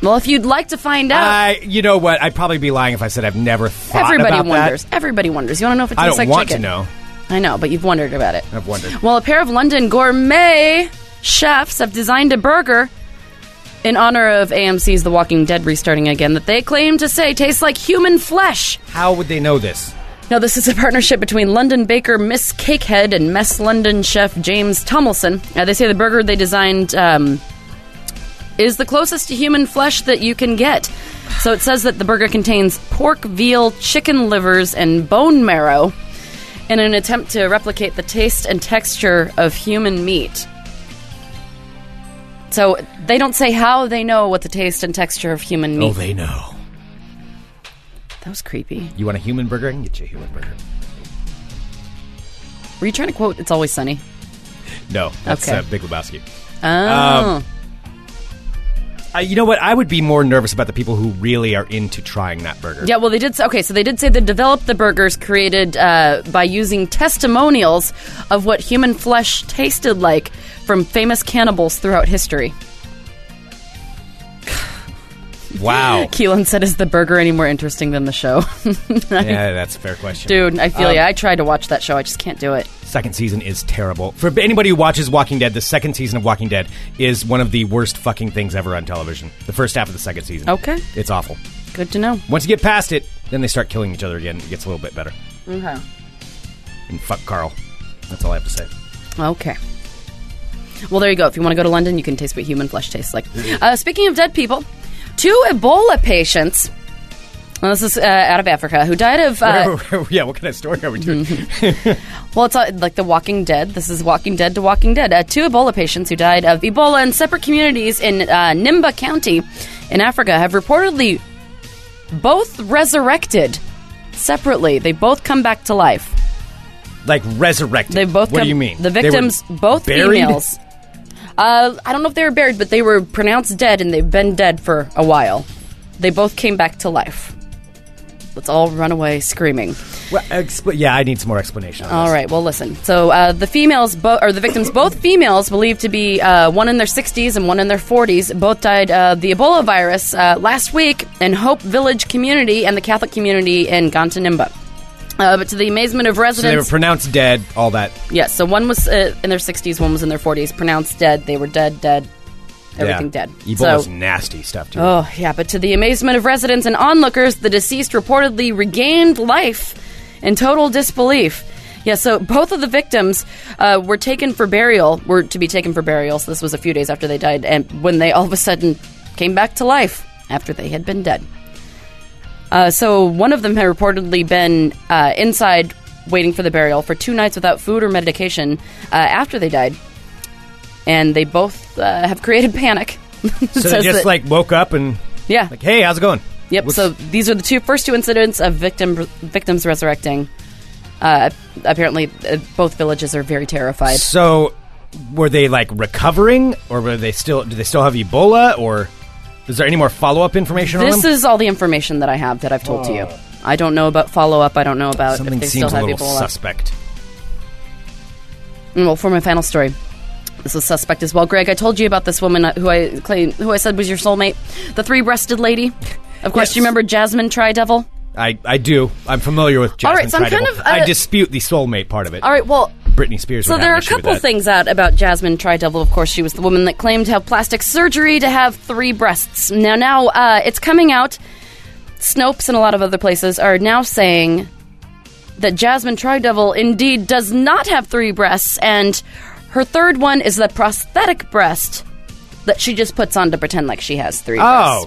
Speaker 6: Well, if you'd like to find out,
Speaker 5: I, you know what? I'd probably be lying if I said I've never thought
Speaker 6: everybody
Speaker 5: about
Speaker 6: wonders.
Speaker 5: that.
Speaker 6: Everybody wonders. You want to know if it tastes
Speaker 5: I don't
Speaker 6: like
Speaker 5: want
Speaker 6: chicken?
Speaker 5: to know.
Speaker 6: I know, but you've wondered about it.
Speaker 5: I've wondered.
Speaker 6: Well, a pair of London gourmet chefs have designed a burger in honor of AMC's The Walking Dead restarting again that they claim to say tastes like human flesh.
Speaker 5: How would they know this?
Speaker 6: Now, this is a partnership between London baker Miss Cakehead and Mess London chef James Tomlinson. Uh, they say the burger they designed um, is the closest to human flesh that you can get. So it says that the burger contains pork, veal, chicken livers, and bone marrow in an attempt to replicate the taste and texture of human meat. So they don't say how they know what the taste and texture of human meat.
Speaker 5: Oh, they know.
Speaker 6: that was creepy.
Speaker 5: You want a human burger? I can get you a human burger.
Speaker 6: Were you trying to quote "It's Always Sunny"?
Speaker 5: No, that's
Speaker 6: Okay.
Speaker 5: uh, Big Lebowski.
Speaker 6: Oh.
Speaker 5: Um, Uh, you know what? I would be more nervous about the people who really are into trying that burger.
Speaker 6: Yeah, well, they did. s- Okay, so they did say they developed the burgers created uh, by using testimonials of what human flesh tasted like from famous cannibals throughout history.
Speaker 5: Wow.
Speaker 6: Keelan said, "Is the burger any more interesting than the show?"
Speaker 5: yeah, that's a fair question.
Speaker 6: Dude, I feel ya. I tried to watch that show. I just can't do it.
Speaker 5: Second season is terrible. For anybody who watches Walking Dead, the second season of Walking Dead is one of the worst fucking things ever on television. The first half of the second season.
Speaker 6: Okay.
Speaker 5: It's awful.
Speaker 6: Good to know.
Speaker 5: Once you get past it, then they start killing each other again. It gets a little bit better.
Speaker 6: Okay.
Speaker 5: And fuck Carl. That's all I have to say.
Speaker 6: Okay. Well, there you go. If you want to go to London, you can taste what Mm-hmm. human flesh tastes like. Uh, speaking of dead people, two Ebola patients Well, this is uh, out of Africa, who died of. Uh,
Speaker 5: yeah, what kind of story are we doing?
Speaker 6: well, it's uh, like The Walking Dead. This is Walking Dead to Walking Dead. Uh, two Ebola patients who died of Ebola in separate communities in uh, Nimba County in Africa have reportedly both resurrected separately. They both come back to life.
Speaker 5: Like resurrected.
Speaker 6: They both.
Speaker 5: What
Speaker 6: come,
Speaker 5: do you mean?
Speaker 6: The
Speaker 5: They were
Speaker 6: victims, both
Speaker 5: buried?
Speaker 6: females. Uh, I don't know if they were buried, but they were pronounced dead, and they've been dead for a while. They both came back to life. Let's all run away screaming.
Speaker 5: Well, expl- yeah, I need some more explanation. On
Speaker 6: All
Speaker 5: this.
Speaker 6: right. Well, listen. So uh, the females, bo- or the victims, both females, believed to be uh, one in their 60s and one in their 40s. Both died of the Ebola virus uh, last week in Hope Village community and the Catholic community in Gontanimba. Uh, but to the amazement of
Speaker 5: So they were
Speaker 6: residents,
Speaker 5: pronounced dead. All that.
Speaker 6: yes. So one was uh, in their 60s, one was in their 40s. Pronounced dead. They were dead. Dead. Everything
Speaker 5: yeah.
Speaker 6: dead.
Speaker 5: Ebola's
Speaker 6: So-
Speaker 5: nasty stuff too.
Speaker 6: Oh, yeah, but to the amazement of residents and onlookers, the deceased reportedly regained life in total disbelief. Yeah, so both of the victims uh, were taken for burial, were to be taken for burial, so this was a few days after they died, and when they all of a sudden came back to life after they had been dead. Uh, so one of them had reportedly been uh, inside waiting for the burial for two nights without food or medication uh, after they died, and they both uh, have created panic.
Speaker 5: so they just like woke up and
Speaker 6: yeah,
Speaker 5: like, hey, how's it going?
Speaker 6: Yep.
Speaker 5: Whoops.
Speaker 6: So these are the two first two incidents of victim victims resurrecting. Uh, apparently, uh, both villages are very terrified.
Speaker 5: So were they like recovering, or were they still? Do they still have Ebola, or is there any more follow up information on
Speaker 6: This
Speaker 5: them?
Speaker 6: is all the information that I have that I've told to you. I don't know about follow up. I don't know about
Speaker 5: Something
Speaker 6: if Uh, they
Speaker 5: seems
Speaker 6: still have
Speaker 5: a little
Speaker 6: people. uh, left.
Speaker 5: suspect.
Speaker 6: Mm, Well, for my final story, this is suspect as well. Greg, I told you about this woman uh, who I claim, who I said was your soulmate, the three-breasted lady. Of course,
Speaker 5: Yes.
Speaker 6: do you remember Jasmine Tridevil?
Speaker 5: I, I do. I'm familiar with Jasmine
Speaker 6: right, so I'm
Speaker 5: Tridevil.
Speaker 6: kind of, uh,
Speaker 5: I dispute the soulmate part of it.
Speaker 6: All right. Well,
Speaker 5: Britney Spears.
Speaker 6: So
Speaker 5: would
Speaker 6: there are a
Speaker 5: have an issue with
Speaker 6: couple
Speaker 5: that.
Speaker 6: things out about Jasmine Tridevil. Of course, she was the woman that claimed to have plastic surgery to have three breasts. Now, now uh, it's coming out. Snopes and a lot of other places are now saying that Jasmine Tridevil indeed does not have three breasts, and her third one is the prosthetic breast that she just puts on to pretend like she has three.
Speaker 5: Oh,
Speaker 6: breasts.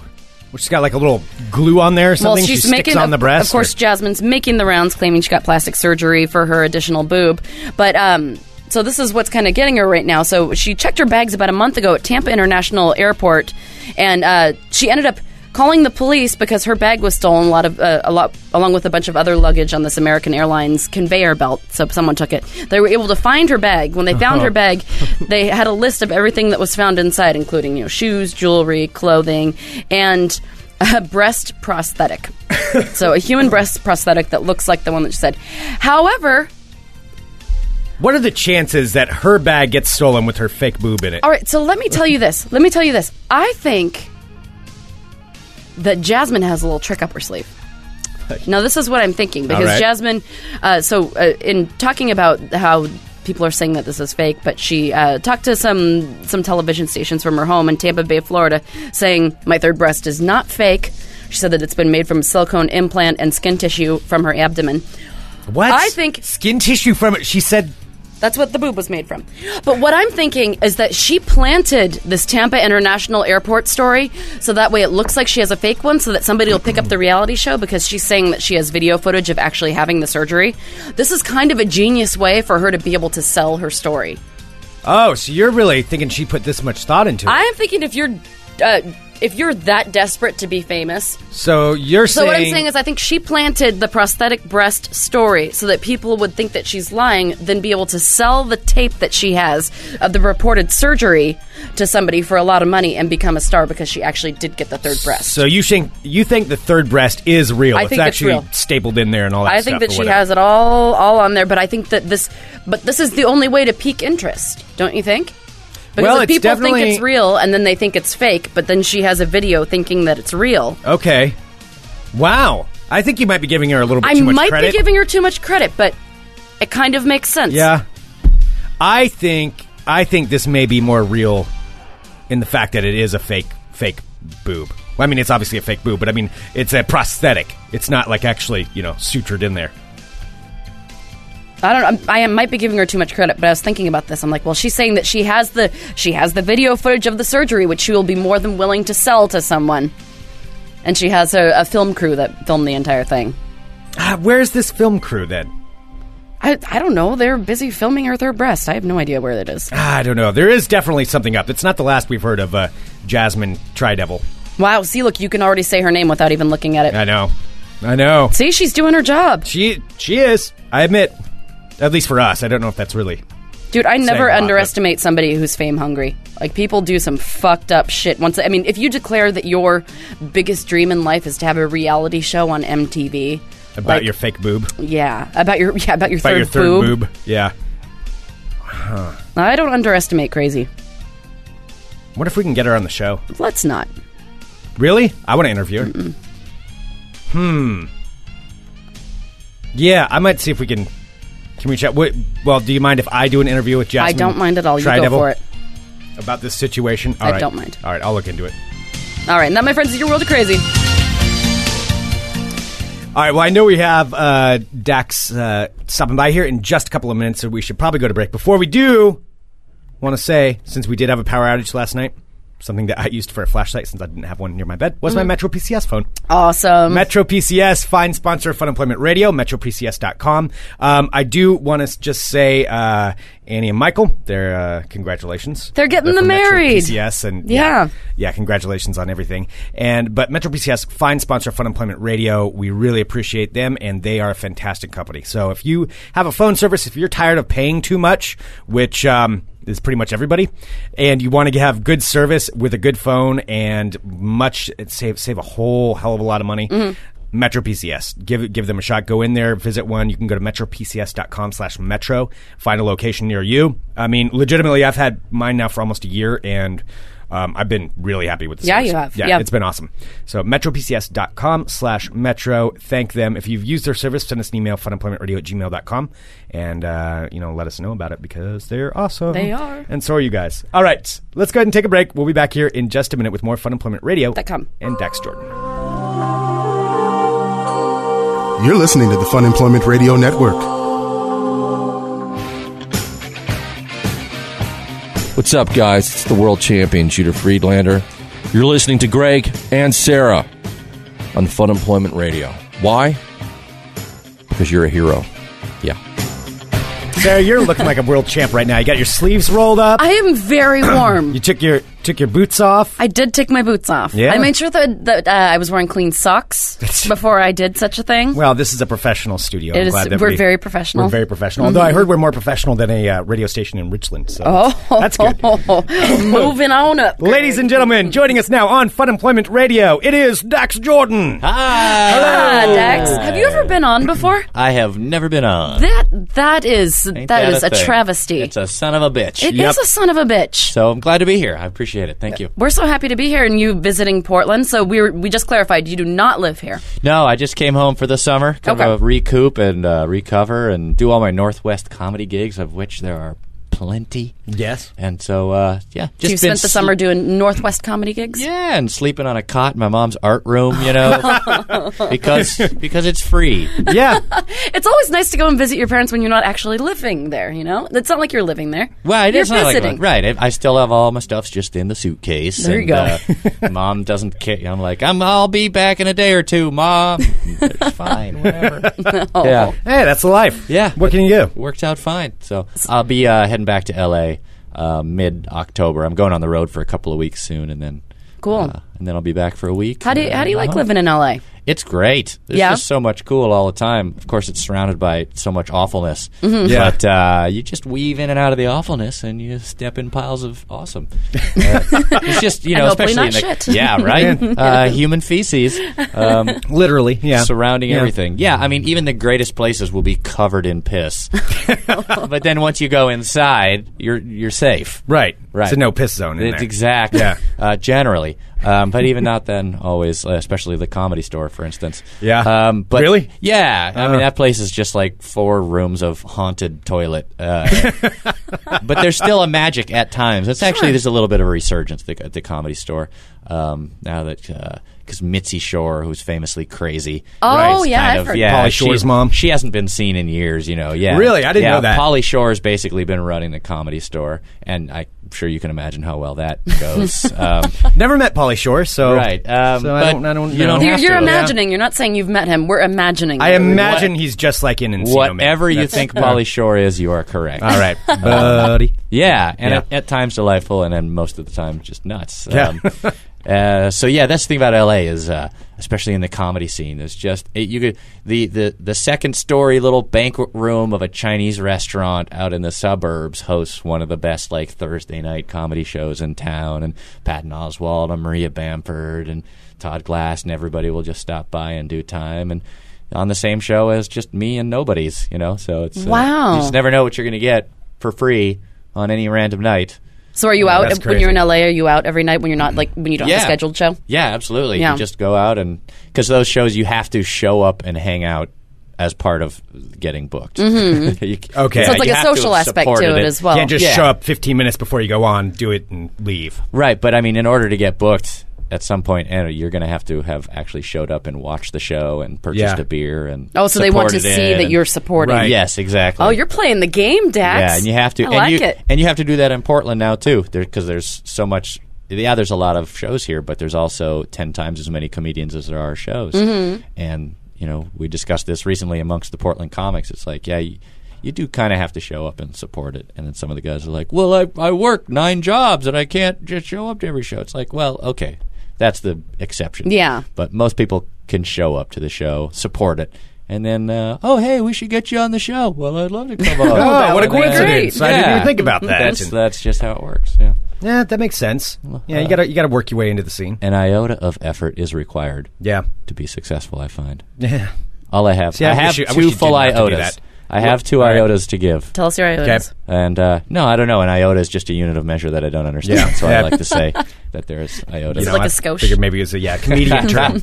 Speaker 5: well, she's got like a little glue on there or something.
Speaker 6: Well, she's
Speaker 5: she sticks
Speaker 6: making
Speaker 5: on the
Speaker 6: of-
Speaker 5: breast.
Speaker 6: Of course,
Speaker 5: or-
Speaker 6: Jasmine's making the rounds, claiming she got plastic surgery for her additional boob. But um, so this is what's kind of getting her right now. So she checked her bags about a month ago at Tampa International Airport, and uh, she ended up calling the police because her bag was stolen. A lot of uh, a lot, along with a bunch of other luggage on this American Airlines conveyor belt. So someone took it. They were able to find her bag. When they found her bag, they had a list of everything that was found inside, including you know shoes, jewelry, clothing, and a breast prosthetic. so a human breast prosthetic that looks like the one that you said. However,
Speaker 5: what are the chances that her bag gets stolen with her fake boob in it?
Speaker 6: all right, so let me tell you this. Let me tell you this. I think that Jasmine has a little trick up her sleeve. Now, this is what I'm thinking because
Speaker 5: right.
Speaker 6: Jasmine, uh, so uh, in talking about how people are saying that this is fake, but she uh, talked to some, some television stations from her home in Tampa Bay, Florida, saying, My third breast is not fake. She said that it's been made from a silicone implant and skin tissue from her abdomen.
Speaker 5: What?
Speaker 6: I think-
Speaker 5: skin tissue from it. She said
Speaker 6: That's what the boob was made from. But what I'm thinking is that she planted this Tampa International Airport story so that way it looks like she has a fake one so that somebody will pick up the reality show because she's saying that she has video footage of actually having the surgery. This is kind of a genius way for her to be able to sell her story.
Speaker 5: Oh, so you're really thinking she put this much thought into it?
Speaker 6: I am thinking if you're uh, if you're that desperate to be famous,
Speaker 5: so you're
Speaker 6: So
Speaker 5: saying,
Speaker 6: what I'm saying is, I think she planted the prosthetic breast story so that people would think that she's lying, then be able to sell the tape that she has of the reported surgery to somebody for a lot of money and become a star because she actually did get the third breast.
Speaker 5: so you think you think the third breast is real?
Speaker 6: I
Speaker 5: it's
Speaker 6: think it's
Speaker 5: actually
Speaker 6: real.
Speaker 5: stapled in there and all that.
Speaker 6: I think
Speaker 5: stuff
Speaker 6: that
Speaker 5: or
Speaker 6: she
Speaker 5: whatever.
Speaker 6: has it all all on there, but I think that this, but this is the only way to pique interest, don't you think? Because
Speaker 5: Well,
Speaker 6: if
Speaker 5: it's
Speaker 6: people think
Speaker 5: definitely-
Speaker 6: it's real and then they think it's fake, but then she has a video thinking that it's real.
Speaker 5: Okay. Wow. I think you might be giving her a little bit
Speaker 6: I
Speaker 5: too much
Speaker 6: might
Speaker 5: credit.
Speaker 6: be giving her too much credit, but it kind of makes sense.
Speaker 5: yeah. I think I think this may be more real in the fact that it is a fake fake boob. Well, I mean, it's obviously a fake boob, but I mean, it's a prosthetic. It's not like actually, you know, sutured in there.
Speaker 6: I don't. I'm, I am- might be giving her too much credit, but I was thinking about this. I'm like, well, she's saying that she has the she has the video footage of the surgery, which she will be more than willing to sell to someone. and she has a, a film crew that filmed the entire thing.
Speaker 5: Ah, where's this film crew then?
Speaker 6: I, I don't know. They're busy filming her third breast. I have no idea where it is.
Speaker 5: Ah, I don't know. There is definitely something up. It's not the last we've heard of uh, Jasmine Tridevil.
Speaker 6: Wow. See, look, you can already say her name without even looking at it.
Speaker 5: I know. I know.
Speaker 6: See, she's doing her job.
Speaker 5: She she is. I admit. At least for us. I don't know if that's really.
Speaker 6: Dude, I never
Speaker 5: lot, but-
Speaker 6: underestimate somebody who's fame hungry. Like people do some fucked up shit. Once I mean, if you declare that your biggest dream in life is to have a reality show on MTV
Speaker 5: About
Speaker 6: like,
Speaker 5: your fake boob.
Speaker 6: yeah, about your yeah, about your
Speaker 5: About
Speaker 6: third,
Speaker 5: your third boob. Yeah.
Speaker 6: I don't underestimate crazy.
Speaker 5: What if we can get her on the show?
Speaker 6: Let's not.
Speaker 5: Really? I want to interview her. Hmm. Yeah, I might see if we can. Can we chat? Wait, well, do you mind if I do an interview with Jasmine?
Speaker 6: I don't mind at all. You
Speaker 5: Tridevil
Speaker 6: go for it.
Speaker 5: About this situation? All
Speaker 6: I
Speaker 5: right.
Speaker 6: don't mind.
Speaker 5: All right, I'll look into it.
Speaker 6: All right, and that, my friends, is your world of crazy.
Speaker 5: All right. Well, I know we have uh, Dax uh, stopping by here in just a couple of minutes, so we should probably go to break. Before we do, want to say since we did have a power outage last night, something that I used for a flashlight since I didn't have one near my bed
Speaker 6: Mm.
Speaker 5: was my Metro PCS phone.
Speaker 6: Awesome.
Speaker 5: Metro PCS, fine sponsor of Fun Employment Radio, metropcs.com. Um, I do want to just say, uh, Annie and Michael, their uh, congratulations.
Speaker 6: They're getting
Speaker 5: from
Speaker 6: them
Speaker 5: Metro
Speaker 6: married.
Speaker 5: PCS and
Speaker 6: Yeah.
Speaker 5: yeah, yeah, congratulations on everything. And but Metro PCS, fine sponsor of Fun Employment Radio, we really appreciate them, and they are a fantastic company. So if you have a phone service, if you're tired of paying too much, which um, is pretty much everybody, and you want to have good service with a good phone and much save save a whole hell of a lot of money. Metro PCS. Give give them a shot. Go in there, visit one. You can go to metropcs.com slash metro, find a location near you. I mean, legitimately, I've had mine now for almost a year, and um, I've been really happy with the
Speaker 6: Yeah,
Speaker 5: service.
Speaker 6: you have.
Speaker 5: Yeah,
Speaker 6: Yeah.
Speaker 5: it's been awesome. So metropcs.com slash metro. Thank them. If you've used their service, send us an email, funemploymentradio at gmail.com, and, uh, you know, let us know about it because they're awesome.
Speaker 6: They are.
Speaker 5: And so are you guys. All right, let's go ahead and take a break. We'll be back here in just a minute with more Fun Employment Radio
Speaker 6: .com.
Speaker 5: and Dax Jordan.
Speaker 1: You're listening to the Fun Employment Radio Network.
Speaker 3: What's up, guys? It's the world champion, Judah Friedlander. You're listening to Greg and Sarah on Fun Employment Radio. Why? Because you're a hero. Yeah.
Speaker 5: Sarah, you're looking like a world champ right now. You got your sleeves rolled up.
Speaker 6: I am very warm.
Speaker 5: you took your took your boots off.
Speaker 6: I did take my boots off.
Speaker 5: Yeah.
Speaker 6: I made sure that, that uh, I was wearing clean socks before I did such a thing.
Speaker 5: Well, this is a professional studio. I'm
Speaker 6: It is-
Speaker 5: glad that
Speaker 6: we're
Speaker 5: we-
Speaker 6: very professional. Mm-hmm.
Speaker 5: We're very professional. Although I heard we're more professional than a uh, radio station in Richland. So
Speaker 6: oh,
Speaker 5: that's good.
Speaker 6: moving on up.
Speaker 5: Ladies and gentlemen, joining us now on Fun Employment Radio, it is Dax Jordan.
Speaker 7: Oh,
Speaker 6: Ah, Dax, have you ever been on before?
Speaker 7: I have never been on.
Speaker 6: That that is
Speaker 7: Ain't
Speaker 6: that is a,
Speaker 7: thing?
Speaker 6: travesty.
Speaker 7: It's a son of a bitch.
Speaker 6: It is
Speaker 5: Yep.
Speaker 6: a son of a bitch.
Speaker 7: so I'm glad to be here. I appreciate it. Thank you.
Speaker 6: We're so happy to be here and you visiting Portland. So we were, we just clarified you do not live here.
Speaker 7: No, I just came home for the summer to
Speaker 6: Okay.
Speaker 7: uh, recoup and uh, recover and do all my Northwest comedy gigs, of which there are plenty.
Speaker 5: Yes.
Speaker 7: And so, uh, yeah, just
Speaker 6: So you
Speaker 7: been
Speaker 6: spent the
Speaker 7: sl-
Speaker 6: summer doing Northwest comedy gigs.
Speaker 7: Yeah, and sleeping on a cot in my mom's art room, you know, because because it's free.
Speaker 5: Yeah.
Speaker 6: It's always nice to go and visit your parents when you're not actually living there. You know, it's not like you're living there.
Speaker 7: Well, it
Speaker 6: you're
Speaker 7: is not like
Speaker 6: visiting.
Speaker 7: that. right. I- I still have all my stuff's just in the suitcase.
Speaker 6: There you
Speaker 7: and, Uh, mom doesn't care. I'm like, I'm, I'll be back in a day or two, mom. It's fine, whatever. Yeah,
Speaker 5: hey, that's the life.
Speaker 7: yeah.
Speaker 5: What can you
Speaker 7: It
Speaker 5: do?
Speaker 7: works out fine. So I'll be uh, heading back to L.A. Uh, mid October. I'm going on the road for a couple of weeks soon, and then
Speaker 6: Cool.
Speaker 7: uh, and then I'll be back for a week.
Speaker 6: how do you, how do you
Speaker 7: Uh-huh.
Speaker 6: like living in LA?
Speaker 7: It's great. There's
Speaker 6: Yeah?
Speaker 7: just so much cool all the time. Of course, it's surrounded by so much awfulness.
Speaker 6: Mm-hmm.
Speaker 5: Yeah.
Speaker 7: But uh, you just weave in and out of the awfulness, and you step in piles of awesome. Uh, it's just you
Speaker 6: And
Speaker 7: know,
Speaker 6: hopefully
Speaker 7: especially
Speaker 6: not
Speaker 7: in the,
Speaker 6: shit.
Speaker 7: yeah, right. uh, human feces um,
Speaker 5: Literally. Yeah.
Speaker 7: surrounding
Speaker 5: Yeah.
Speaker 7: everything. Yeah, I mean, even the greatest places will be covered in piss. but then once you go inside, you're you're safe.
Speaker 5: Right.
Speaker 7: Right.
Speaker 5: It's a no piss zone in
Speaker 7: It's
Speaker 5: there.
Speaker 7: exactly.
Speaker 5: Yeah.
Speaker 7: Uh, generally, um, but even not then. Always, uh, especially the comedy store, for instance.
Speaker 5: Yeah.
Speaker 7: Um, but
Speaker 5: Really?
Speaker 7: Yeah. I
Speaker 5: Uh.
Speaker 7: mean, that place is just like four rooms of haunted toilet. Uh, but there's still a magic at times. It's actually there's a little bit of a resurgence at the, at the comedy store um, now that because Mitzi Shore, who's famously crazy,
Speaker 6: Oh,
Speaker 7: right,
Speaker 6: yeah,
Speaker 7: kind
Speaker 6: I've
Speaker 7: of,
Speaker 6: heard-
Speaker 7: yeah,
Speaker 5: Pauly
Speaker 7: she-
Speaker 5: Shore's mom.
Speaker 7: She hasn't been seen in years, you know. Yeah,
Speaker 5: Really? I didn't
Speaker 7: yeah,
Speaker 5: know that.
Speaker 7: Polly Shore has basically been running the comedy store, and I sure you can imagine how well that goes. um,
Speaker 5: Never met Polly Shore, so
Speaker 7: Right, um,
Speaker 5: so I
Speaker 7: but
Speaker 5: don't. I don't.
Speaker 7: you don't
Speaker 5: know.
Speaker 6: You're,
Speaker 7: have
Speaker 6: you're
Speaker 7: to.
Speaker 6: imagining. You're not saying you've met him. We're imagining.
Speaker 5: I
Speaker 6: it.
Speaker 5: imagine he's just like in Encino Man.
Speaker 7: whatever you
Speaker 5: That's-
Speaker 7: think Polly Shore is, you are correct.
Speaker 5: All right, buddy.
Speaker 7: Yeah, and
Speaker 5: Yeah.
Speaker 7: At, at times delightful, and then most of the time just nuts.
Speaker 5: Yeah.
Speaker 7: uh, so yeah, that's the thing about L.A. is uh, especially in the comedy scene is just it, you could the, the the second story little banquet room of a Chinese restaurant out in the suburbs hosts one of the best like Thursday night comedy shows in town, and Patton Oswald and Maria Bamford and Todd Glass and everybody will just stop by in due time and. On the same show as just me and nobody's, you know. So it's uh,
Speaker 6: Wow.
Speaker 7: you just never know what you're going to get for free on any random night.
Speaker 6: So are you out
Speaker 5: that's
Speaker 6: when you're in
Speaker 5: crazy.
Speaker 6: LA? Are you out every night when you're not like when you don't have a scheduled show?
Speaker 7: Yeah, absolutely.
Speaker 6: Yeah.
Speaker 7: You just go out and because those shows you have to show up and hang out as part of getting booked. You-
Speaker 5: Okay.
Speaker 6: Mm-hmm. So
Speaker 5: Yeah,
Speaker 6: it's like
Speaker 7: you
Speaker 6: a
Speaker 7: have to
Speaker 6: social
Speaker 7: have
Speaker 6: aspect to
Speaker 7: supported
Speaker 6: it, as well.
Speaker 5: Can't just
Speaker 7: Oh, Yeah.
Speaker 5: show up 15 minutes before you go on, do it, and leave.
Speaker 7: Right, but I mean, in order to get booked at some point, and you're going to have to have actually showed up and watched the show and purchased
Speaker 5: Yeah.
Speaker 7: a beer and
Speaker 6: oh, so they want to
Speaker 7: supported
Speaker 6: see
Speaker 7: it
Speaker 6: that
Speaker 7: and-
Speaker 6: you're supporting.
Speaker 5: Right.
Speaker 7: Yes, exactly.
Speaker 6: Oh, you're playing the game, Dax.
Speaker 7: Yeah, and you have to.
Speaker 6: I
Speaker 7: and
Speaker 6: like
Speaker 7: you,
Speaker 6: it.
Speaker 7: And you have to do that in Portland now too, because there's so much. Yeah, there's a lot of shows here, but there's also ten times as many comedians as there are shows.
Speaker 6: Mm-hmm.
Speaker 7: And you know, we discussed this recently amongst the Portland comics. It's like, yeah. You, you do kind of have to show up and support it, and then some of the guys are like, "Well, I I work nine jobs and I can't just show up to every show." It's like, well, okay, that's the exception.
Speaker 6: Yeah.
Speaker 7: But most people can show up to the show, support it, and then, uh, oh, hey, we should get you on the show. Well, I'd love to come on.
Speaker 5: Oh,
Speaker 7: that
Speaker 5: what a
Speaker 7: would be great.
Speaker 5: coincidence! I didn't
Speaker 7: Yeah.
Speaker 5: even think about that.
Speaker 7: That's
Speaker 5: And-
Speaker 7: that's just how it works. Yeah.
Speaker 5: yeah, that makes sense. Yeah, you gotta you gotta work your way into the scene.
Speaker 7: An iota of effort is required
Speaker 5: Yeah,
Speaker 7: to be successful. I find
Speaker 5: yeah.
Speaker 7: all I have.
Speaker 5: See, I
Speaker 7: I
Speaker 5: wish
Speaker 7: have
Speaker 5: you- I wish you
Speaker 7: two
Speaker 5: didn't
Speaker 7: full
Speaker 5: have to do
Speaker 7: iotas.
Speaker 5: that.
Speaker 7: I have two
Speaker 5: All right.
Speaker 7: iotas to give,
Speaker 6: Tell us your ideas.
Speaker 5: Okay.
Speaker 7: and uh, no, I don't know. An iota is just a unit of measure that I don't understand.
Speaker 5: Yeah.
Speaker 7: So
Speaker 5: Yeah.
Speaker 7: I like to say that there is iotas.
Speaker 6: It's
Speaker 5: You
Speaker 6: like
Speaker 5: I
Speaker 6: a skosh.
Speaker 5: Figured maybe it's a yeah comedian term.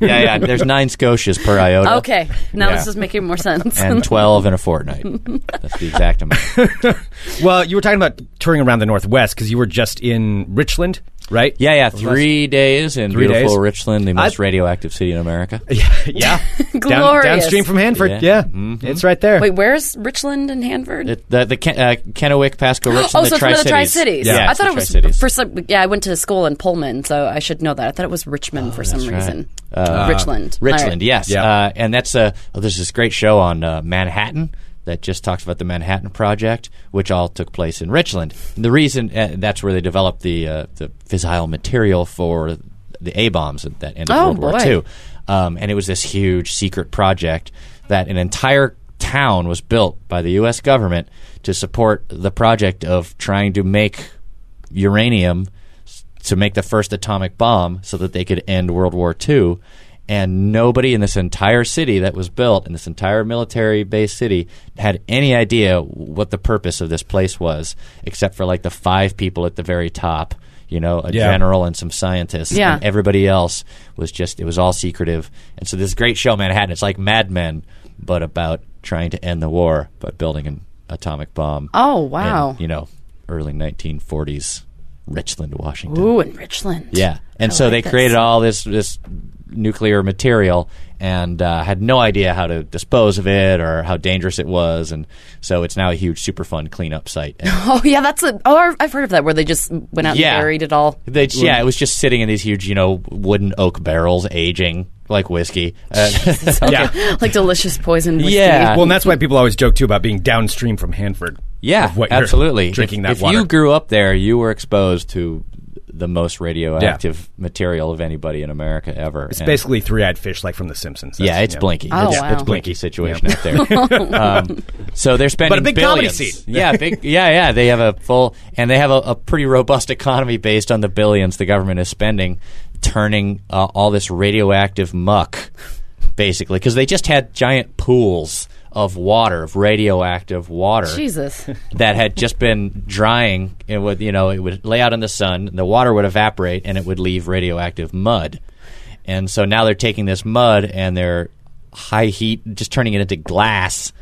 Speaker 7: yeah, yeah. There's nine Scotias per iota.
Speaker 6: Okay, now
Speaker 7: Yeah.
Speaker 6: this is making more sense.
Speaker 7: And twelve in a fortnight. That's the exact amount.
Speaker 5: Well, you were talking about touring around the Northwest because you were just in Richland, right?
Speaker 7: Yeah, yeah. Three days in
Speaker 5: Three
Speaker 7: beautiful
Speaker 5: days.
Speaker 7: Richland, the most radioactive city in America.
Speaker 5: yeah. Down,
Speaker 6: Glorious.
Speaker 5: downstream from Hanford. Yeah,
Speaker 7: Yeah. Mm-hmm.
Speaker 5: it's right there.
Speaker 6: Wait, where's Richland and Hanford?
Speaker 7: It, the the Ken, uh, Kennewick, Pasco, Richland,
Speaker 6: oh,
Speaker 7: the
Speaker 6: so it's one of the Tri Cities.
Speaker 7: Yeah,
Speaker 6: I
Speaker 7: it's
Speaker 6: thought
Speaker 7: the
Speaker 6: it was
Speaker 7: Tri-Cities.
Speaker 6: for some. Yeah, I went to school in Pullman, so I should know that. I thought it was Richmond for some
Speaker 7: Oh, that's right. Uh,
Speaker 6: reason. Richland.
Speaker 7: Richland, yes.
Speaker 5: Yeah.
Speaker 7: Uh, and that's a oh, there's this great show on uh, Manhattan that just talks about the Manhattan Project, which all took place in Richland. And the reason uh, that's where they developed the uh, the fissile material for the A bombs that that ended
Speaker 6: Oh,
Speaker 7: World War
Speaker 6: boy.
Speaker 7: II. Um, and it was this huge secret project that an entire town was built by the U.S. government to support the project of trying to make uranium s- to make the first atomic bomb so that they could end World War II. And nobody in this entire city that was built, in this entire military based city, had any idea what the purpose of this place was, except for like the five people at the very top, you know, a
Speaker 5: Yeah.
Speaker 7: general and some scientists.
Speaker 6: Yeah.
Speaker 7: And everybody else was just, it was all secretive. And so this great show, Manhattan, it's like Mad Men, but about trying to end the war by building an atomic bomb
Speaker 6: Oh wow.
Speaker 7: in, you know, early 1940s Richland, Washington.
Speaker 6: Ooh, in Richland.
Speaker 7: Yeah. And
Speaker 6: I
Speaker 7: so
Speaker 6: like
Speaker 7: they
Speaker 6: this.
Speaker 7: created all this this nuclear material and uh, had no idea how to dispose of it or how dangerous it was and so it's now a huge superfund cleanup site. And
Speaker 6: Oh yeah, that's a. Oh, I've- I've heard of that where they just went out
Speaker 7: Yeah.
Speaker 6: and buried it all.
Speaker 7: they, yeah, it was just sitting in these huge, you know, wooden oak barrels aging like whiskey. Uh,
Speaker 5: yeah.
Speaker 6: like delicious poison whiskey.
Speaker 7: Yeah.
Speaker 5: Well, and that's why people always joke too about being downstream from Hanford.
Speaker 7: yeah,
Speaker 5: Of what you're
Speaker 7: absolutely.
Speaker 5: drinking
Speaker 7: if,
Speaker 5: that
Speaker 7: if
Speaker 5: water.
Speaker 7: you grew up there, you were exposed to the most radioactive material of anybody in America ever.
Speaker 5: it's
Speaker 7: And-
Speaker 5: basically three-eyed fish, like from The Simpsons.
Speaker 7: yeah, it's Blinky.
Speaker 6: Oh,
Speaker 7: it's,
Speaker 6: wow.
Speaker 7: it's Blinky situation out there. um, so they're spending
Speaker 5: But a big comedy
Speaker 7: billions.
Speaker 5: scene.
Speaker 7: yeah, big. Yeah, yeah. They have a full and they have a, a pretty robust economy based on the billions the government is spending turning uh, all this radioactive muck, basically, because they just had giant pools of water of radioactive water
Speaker 6: Jesus.
Speaker 7: that had just been drying. It would, you know, it would lay out in the sun. The water would evaporate, and it would leave radioactive mud. And so now they're taking this mud and they're high heat, just turning it into glass,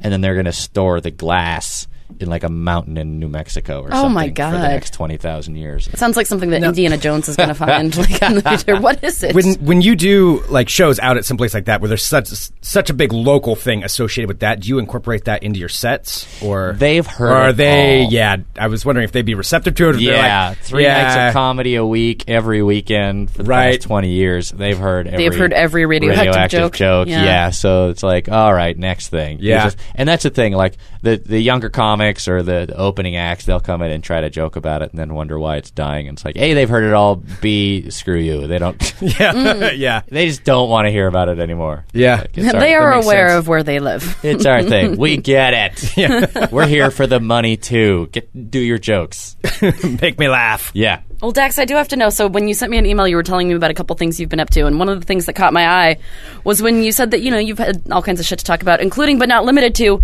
Speaker 7: and then they're going to store the glass in like a mountain in New Mexico or
Speaker 6: Oh,
Speaker 7: something
Speaker 6: my
Speaker 7: for the
Speaker 6: God.
Speaker 7: next twenty thousand years.
Speaker 6: Sounds like something that Indiana Jones is going to find like, in the future. What is it?
Speaker 5: when when you do like shows out at some place like that where there's such such a big local thing associated with that, do you incorporate that into your sets or
Speaker 7: They've heard
Speaker 5: Or are
Speaker 7: it
Speaker 5: they?
Speaker 7: all.
Speaker 5: Yeah, I was wondering if they'd be receptive to it. If they're
Speaker 7: Yeah,
Speaker 5: like,
Speaker 7: three
Speaker 5: yeah,
Speaker 7: nights of comedy a week, every weekend for the
Speaker 5: Right.
Speaker 7: past twenty years. They've heard every,
Speaker 6: They've heard every radioactive joke.
Speaker 7: Yeah.
Speaker 6: Yeah.
Speaker 7: so it's like, all right, next thing. You
Speaker 5: Yeah.
Speaker 7: and that's the thing. Like the the younger comics or the, the opening acts, they'll come in and try to joke about it, and then wonder why it's dying. And it's like, a, they've heard it all. B, screw you. They don't.
Speaker 5: yeah,
Speaker 7: Mm-hmm.
Speaker 5: yeah.
Speaker 7: they just don't want to hear about it anymore.
Speaker 5: Yeah.
Speaker 7: Like, it's our-
Speaker 6: they
Speaker 7: that
Speaker 6: are
Speaker 7: makes
Speaker 6: aware
Speaker 7: sense.
Speaker 6: of where they live.
Speaker 7: It's our thing. We get it. We're here for the money too. Get do your jokes.
Speaker 5: Make me laugh.
Speaker 7: Yeah.
Speaker 6: Well, Dax, I do have to know. So, when you sent me an email, you were telling me about a couple things you've been up to, and one of the things that caught my eye was when you said that you know you've had all kinds of shit to talk about, including but not limited to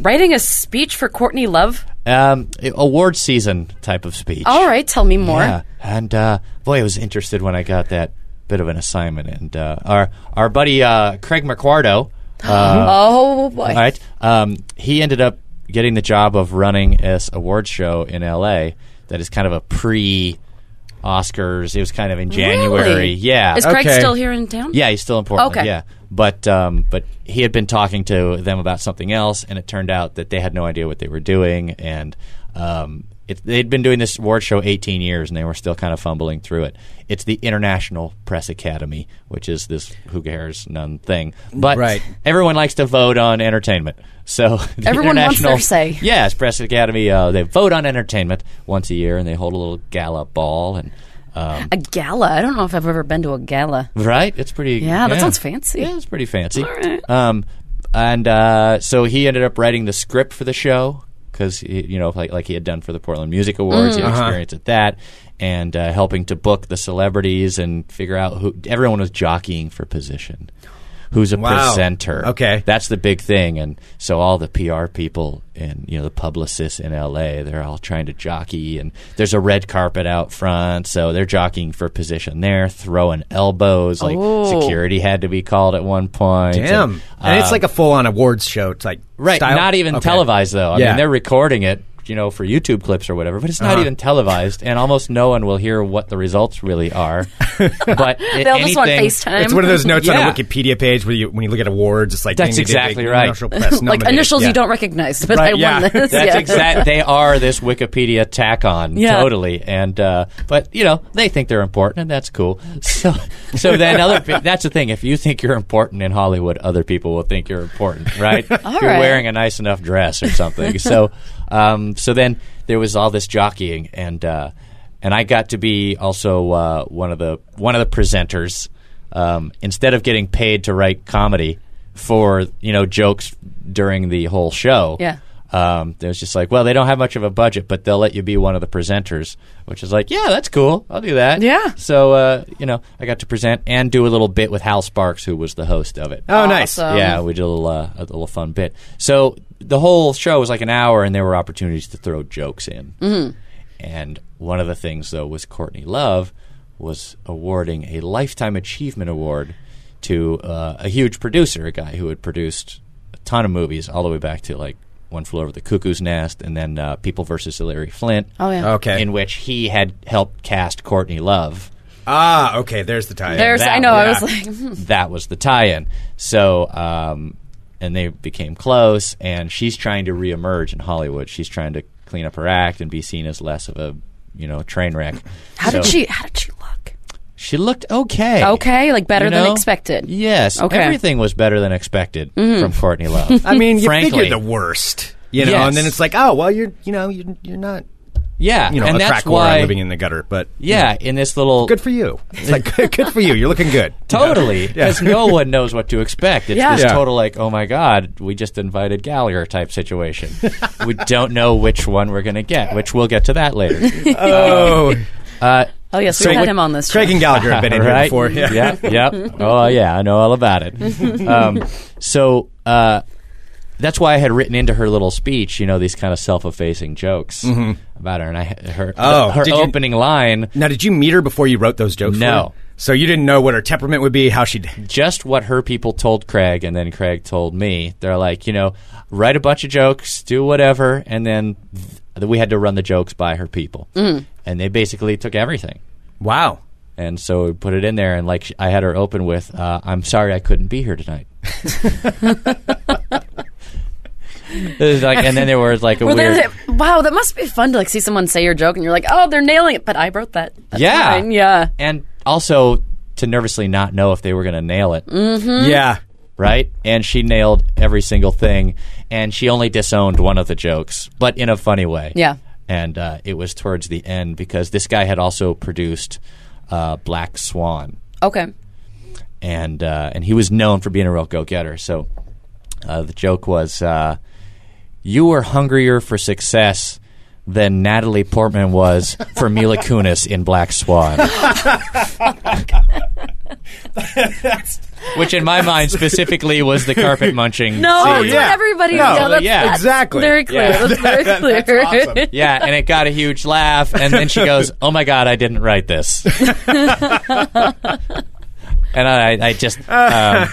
Speaker 6: writing a speech for Courtney Love.
Speaker 7: Um, award season type of speech.
Speaker 6: All right, tell me more.
Speaker 7: Yeah, and uh, boy, I was interested when I got that bit of an assignment. And uh, our our buddy uh, Craig McQuardo, uh,
Speaker 6: Oh boy,
Speaker 7: all right, um, he ended up getting the job of running this awards show in L.A. That is kind of a pre Oscars. It was kind of in January.
Speaker 6: Really?
Speaker 7: Yeah,
Speaker 6: Is Craig
Speaker 5: Okay.
Speaker 6: still here in town?
Speaker 7: yeah, he's still in Portland.
Speaker 6: Okay.
Speaker 7: Yeah, but um, but he had been talking to them about something else, and it turned out that they had no idea what they were doing, and um, it, they'd been doing this award show 18 years, and they were still kind of fumbling through it. It's the International Press Academy, which is this who cares none thing, but
Speaker 5: Right.
Speaker 7: everyone likes to vote on entertainment, so the
Speaker 6: Everyone wants their
Speaker 7: International-
Speaker 6: say.
Speaker 7: Yes, Press Academy. Uh, they vote on entertainment once a year, and they hold a little gala ball and. Um,
Speaker 6: a gala. I don't know if I've ever been to a gala.
Speaker 7: Right? It's pretty.
Speaker 6: Yeah, that sounds fancy.
Speaker 7: Yeah, it's pretty fancy.
Speaker 6: All right.
Speaker 7: Um, and uh, so he ended up writing the script for the show because you know, like like he had done for the Portland Music
Speaker 6: Mm-hmm.
Speaker 7: Awards, he had
Speaker 6: Uh-huh.
Speaker 7: experience at that, and uh, helping to book the celebrities and figure out who everyone was jockeying for position. Who's a
Speaker 5: Wow.
Speaker 7: presenter?
Speaker 5: Okay.
Speaker 7: that's the big thing, and so all the PR people and you know the publicists in LA, they're all trying to jockey, and there's a red carpet out front, so they're jockeying for position there, throwing elbows, like
Speaker 6: Oh.
Speaker 7: security had to be called at one point.
Speaker 5: Damn,
Speaker 7: and,
Speaker 5: and it's
Speaker 7: uh,
Speaker 5: like a full on awards show. It's like
Speaker 7: right,
Speaker 5: style.
Speaker 7: not even
Speaker 5: Okay.
Speaker 7: televised though. I
Speaker 5: Yeah.
Speaker 7: mean, they're recording it, you know, for YouTube clips or whatever, but it's not
Speaker 5: Uh-huh.
Speaker 7: even televised, and almost no one will hear what the results really are. but they
Speaker 6: They'll just want FaceTime.
Speaker 5: It's one of those notes on
Speaker 7: Yeah.
Speaker 5: a Wikipedia page where you when you look at awards, it's like
Speaker 7: That's
Speaker 5: ding, ding, ding,
Speaker 7: exactly
Speaker 5: ding,
Speaker 7: right.
Speaker 5: International Press
Speaker 6: like
Speaker 5: nominated.
Speaker 6: initials
Speaker 5: Yeah.
Speaker 6: you don't recognize, but
Speaker 5: Right,
Speaker 6: I
Speaker 5: yeah.
Speaker 6: won this.
Speaker 7: That's
Speaker 6: yeah.
Speaker 7: exact. They are this Wikipedia tack on,
Speaker 6: Yeah.
Speaker 7: totally. And uh, but you know they think they're important, and that's cool. So so then other pe- that's the thing. If you think you're important in Hollywood, other people will think you're important, right? if you're
Speaker 6: right.
Speaker 7: wearing a nice enough dress or something. so um, so then there was all this jockeying, and uh, and I got to be also uh, one of the one of the presenters. Um, instead of getting paid to write comedy for you know jokes during the whole show,
Speaker 6: Yeah.
Speaker 7: um, it was just like, well, they don't have much of a budget, but they'll let you be one of the presenters, which is like, yeah, that's cool. I'll do that.
Speaker 6: Yeah.
Speaker 7: So, uh, you know, I got to present and do a little bit with Hal Sparks, who was the host of it.
Speaker 5: Oh, nice.
Speaker 6: Awesome.
Speaker 7: yeah, we did a little, uh, a little fun bit. So the whole show was like an hour, and there were opportunities to throw jokes in.
Speaker 6: Mm-hmm.
Speaker 7: And one of the things, though, was Courtney Love was awarding a Lifetime Achievement Award to uh, a huge producer, a guy who had produced a ton of movies all the way back to like One Flew Over the Cuckoo's Nest and then uh, People versus Hillary Flint,
Speaker 6: Oh yeah.
Speaker 5: Okay.
Speaker 7: in which he had helped cast Courtney Love.
Speaker 5: ah, okay. There's the tie.
Speaker 6: There's.
Speaker 7: that
Speaker 6: I know. I was
Speaker 7: one.
Speaker 6: like,
Speaker 7: Mm-hmm. that was the tie-in. So, um, and they became close, and she's trying to reemerge in Hollywood. She's trying to clean up her act and be seen as less of a, you know, train wreck.
Speaker 6: how did
Speaker 7: So-
Speaker 6: she? How did she look?
Speaker 7: She looked okay.
Speaker 6: Okay, like better
Speaker 7: you
Speaker 6: than
Speaker 7: know?
Speaker 6: expected.
Speaker 7: Yes.
Speaker 6: Okay. Mm-hmm.
Speaker 7: Everything was better than expected from Courtney Love.
Speaker 5: I mean, you
Speaker 7: Frankly.
Speaker 5: figure the worst, you know,
Speaker 7: Yes.
Speaker 5: and then it's like, oh, well, you're you know, you're, you're not
Speaker 7: yeah.
Speaker 5: you know
Speaker 7: and
Speaker 5: a
Speaker 7: that's
Speaker 5: crack
Speaker 7: why,
Speaker 5: whore living in the gutter, but
Speaker 7: Yeah, in this little
Speaker 5: good for you. It's like good, good for you. You're looking good.
Speaker 7: Totally, because no one knows what to expect. It's
Speaker 6: Yeah.
Speaker 7: this
Speaker 5: Yeah.
Speaker 7: total like, oh my god, we just invited Gallagher type situation. we don't know which one we're going to get, which we'll get to that later.
Speaker 5: Oh,
Speaker 6: Oh yes,
Speaker 5: So
Speaker 6: we had
Speaker 5: what-
Speaker 6: him on this.
Speaker 5: Craig
Speaker 6: show.
Speaker 5: and Gallagher have been in here
Speaker 7: right?
Speaker 5: before. Yeah.
Speaker 7: Yep, yep. Oh yeah, I know all about it. Um, so uh, that's why I had written into her little speech, you know, these kind of self-effacing jokes about her, and I her
Speaker 5: Oh,
Speaker 7: her
Speaker 5: did you-
Speaker 7: opening line.
Speaker 5: Now, did you meet her before you wrote those jokes?
Speaker 7: No,
Speaker 5: for So you didn't know what her temperament would be, how she'd.
Speaker 7: just what her people told Craig, and then Craig told me. They're like, you know, write a bunch of jokes, do whatever, and then th- we had to run the jokes by her people, mm. and they basically took everything,
Speaker 5: Wow.
Speaker 7: and so we put it in there. And like, sh- I had her open with, uh, "I'm sorry I couldn't be here tonight." It was like, and then there was like a
Speaker 6: Were
Speaker 7: weird.
Speaker 6: there, wow, that must be fun to like see someone say your joke and you're like, oh, they're nailing it, but I wrote that. That's
Speaker 7: Yeah.
Speaker 6: fine. yeah.
Speaker 7: and also to nervously not know if they were going to nail it,
Speaker 5: Yeah.
Speaker 7: right? And she nailed every single thing, and she only disowned one of the jokes, but in a funny way.
Speaker 6: Yeah.
Speaker 7: And uh, it was towards the end because this guy had also produced uh, Black Swan,
Speaker 6: Okay.
Speaker 7: and uh, and he was known for being a real go getter. So uh, the joke was, uh, "You were hungrier for success." Than Natalie Portman was for Mila Kunis in Black Swan. Which, in my mind, specifically was the carpet munching.
Speaker 6: No,
Speaker 7: scene.
Speaker 6: that's what
Speaker 5: yeah.
Speaker 6: everybody
Speaker 5: No,
Speaker 6: no, that's,
Speaker 7: yeah,
Speaker 6: that's
Speaker 5: exactly.
Speaker 6: Very clear.
Speaker 7: Yeah.
Speaker 6: That's very clear.
Speaker 7: Yeah, and it got a huge laugh. And then she goes, "Oh my god, I didn't write this." and I, I just um,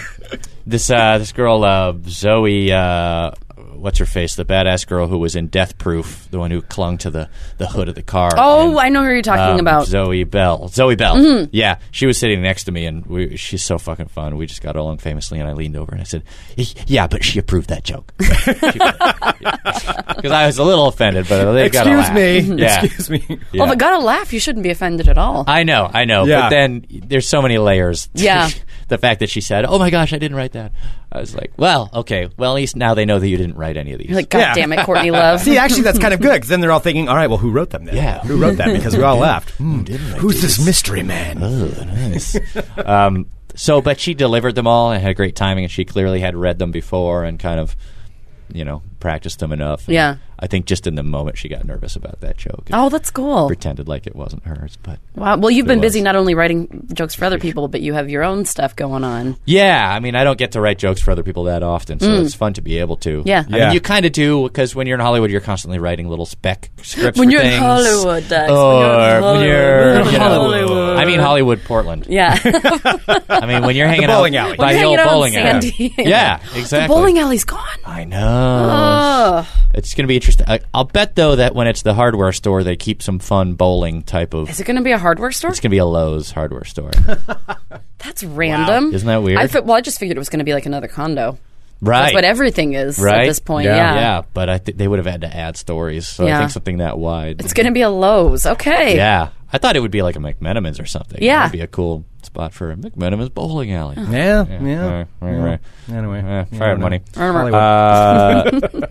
Speaker 7: this uh, this girl uh, Zoe, uh, what's her face, the badass girl who was in Death Proof, the one who clung to the the hood of the car.
Speaker 6: Oh,
Speaker 7: and,
Speaker 6: I know who you're talking
Speaker 7: um,
Speaker 6: about. Oh, Mm-hmm.
Speaker 7: Zoe Bell. Zoe Bell. Yeah, she was sitting next to me, and we, she's so fucking fun. We just got along famously, and I leaned over and I said, "Y- "Yeah, but she approved that joke." Because I was a little offended, but they got
Speaker 5: Excuse me.
Speaker 6: Mm-hmm.
Speaker 7: Yeah.
Speaker 5: Excuse me.
Speaker 7: yeah.
Speaker 6: Oh, but gotta laugh. You shouldn't be offended at all.
Speaker 7: I know, I know.
Speaker 5: Yeah.
Speaker 7: But then there's so many layers. to
Speaker 6: Yeah.
Speaker 7: the fact that she said, "Oh my gosh, I didn't write that," I was like, "Well, okay. Well, at least now they know that you didn't write any of these."
Speaker 6: You're like, God
Speaker 5: Yeah.
Speaker 6: damn it, Courtney Love.
Speaker 5: See, actually, that's kind of good because then they're all thinking, all right, well, who wrote them then?
Speaker 7: Yeah.
Speaker 5: Who wrote that? Because we all laughed. Hmm,
Speaker 7: didn't write
Speaker 5: who's this mystery man?
Speaker 7: Oh, nice. um, so, but she delivered them all and had great timing, and she clearly had read them before and kind of, you know, practiced them enough. And
Speaker 6: Yeah.
Speaker 7: I think just in the moment she got nervous about that joke. and
Speaker 6: Oh, that's cool.
Speaker 7: Pretended like it wasn't hers, but
Speaker 6: Wow. Well, you've
Speaker 7: It
Speaker 6: been
Speaker 7: was.
Speaker 6: busy not only writing jokes for other people, but you have your own stuff going on.
Speaker 7: yeah, I mean, I don't get to write jokes for other people that often, so it's fun to be able to.
Speaker 6: Mm. Yeah.
Speaker 7: I
Speaker 5: Yeah.
Speaker 7: mean, you kind of do because when you're in Hollywood, you're constantly writing little spec scripts.
Speaker 6: When
Speaker 7: for
Speaker 6: you're in
Speaker 7: things.
Speaker 6: Hollywood, Dax, when
Speaker 7: or
Speaker 6: you're
Speaker 7: when
Speaker 6: in
Speaker 7: you're, you know,
Speaker 6: Hollywood.
Speaker 7: I mean, Hollywood, Portland.
Speaker 6: Yeah.
Speaker 7: I mean, when you're hanging
Speaker 5: bowling
Speaker 7: out
Speaker 5: alley.
Speaker 7: by
Speaker 6: When
Speaker 7: the
Speaker 6: you're hanging
Speaker 7: old
Speaker 6: out on
Speaker 7: bowling alley.
Speaker 6: Sandy.
Speaker 7: Yeah, exactly.
Speaker 6: the bowling alley's gone.
Speaker 7: I know.
Speaker 6: Ugh.
Speaker 7: It's going to be interesting. I, I'll bet though that when it's the hardware store, they keep some fun bowling type of.
Speaker 6: Is it going to be a hardware store?
Speaker 7: It's going to be a Lowe's hardware store,
Speaker 6: That's random.
Speaker 7: Isn't that weird?
Speaker 6: I fi- well, I just figured it was going to be like another condo.
Speaker 7: right?
Speaker 6: That's what everything is
Speaker 7: Right?
Speaker 6: at this point.
Speaker 3: Yeah.
Speaker 6: Yeah.
Speaker 7: yeah. but I th- they would have had to add stories, so I
Speaker 6: Yeah.
Speaker 7: think something that wide.
Speaker 6: It's going to be a Lowe's. Okay.
Speaker 7: yeah, I thought it would be like a McMenamins or something.
Speaker 6: Yeah. Oh.
Speaker 7: it'd be a cool spot for a McMenamins bowling alley.
Speaker 5: Yeah. Yeah.
Speaker 7: Right, right, right.
Speaker 5: Anyway.
Speaker 7: Yeah,
Speaker 5: you
Speaker 7: fire
Speaker 5: don't
Speaker 7: money.
Speaker 5: know.
Speaker 6: Or-
Speaker 5: Hollywood.
Speaker 7: Uh,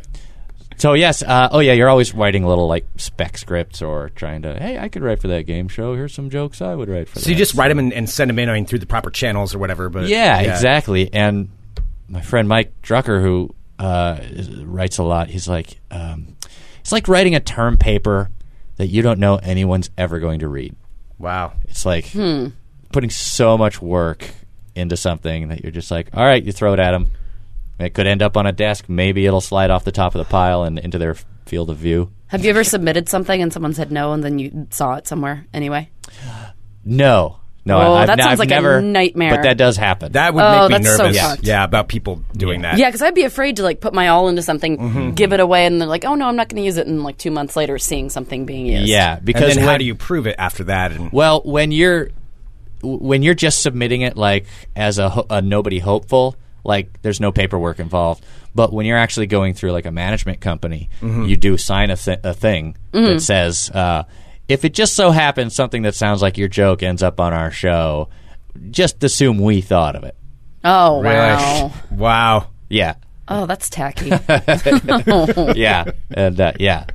Speaker 7: so yes, uh, oh yeah, you're always writing little like spec scripts or trying to. Hey, I could write for that game show. Here's some jokes I would write for.
Speaker 5: so you
Speaker 7: that."
Speaker 5: just write them and, and send them in I mean, through the proper channels or whatever. But
Speaker 7: Yeah, exactly. And my friend Mike Drucker, who uh, is- writes a lot, he's like, um, it's like writing a term paper that you don't know anyone's ever going to read.
Speaker 5: Wow.
Speaker 7: It's like
Speaker 6: Hmm.
Speaker 7: putting so much work into something that you're just like, all right, you throw it at them. It could end up on a desk. Maybe it'll slide off the top of the pile and into their f- field of view.
Speaker 6: Have you ever submitted something and someone said no and then you saw it somewhere anyway?
Speaker 7: No, no,
Speaker 6: Oh,
Speaker 7: I've,
Speaker 6: that
Speaker 7: ne-
Speaker 6: sounds
Speaker 7: I've
Speaker 6: like a
Speaker 7: never
Speaker 6: nightmare.
Speaker 7: But that does happen.
Speaker 5: That would
Speaker 6: Oh,
Speaker 5: make me
Speaker 6: that's so
Speaker 5: nervous.
Speaker 6: fucked.
Speaker 5: yeah, about people doing that.
Speaker 6: Yeah, because I'd be afraid to like put my all into something,
Speaker 7: Mm-hmm.
Speaker 6: give it away, and they're like, "Oh no, I'm not going to use it." And like two months later, seeing something being used.
Speaker 7: yeah,
Speaker 5: And
Speaker 7: because
Speaker 5: then how
Speaker 7: when-
Speaker 5: do you prove it after that? And
Speaker 7: Well, when you're w- when you're just submitting it like as a, ho- a nobody hopeful, like there's no paperwork involved. But when you're actually going through like a management company, you do sign a, th- a thing that says uh, if it just so happens something that sounds like your joke ends up on our show, just assume we thought of it.
Speaker 6: Oh wow.
Speaker 5: wow.
Speaker 7: Yeah,
Speaker 6: Oh, that's tacky.
Speaker 7: yeah, and uh, yeah.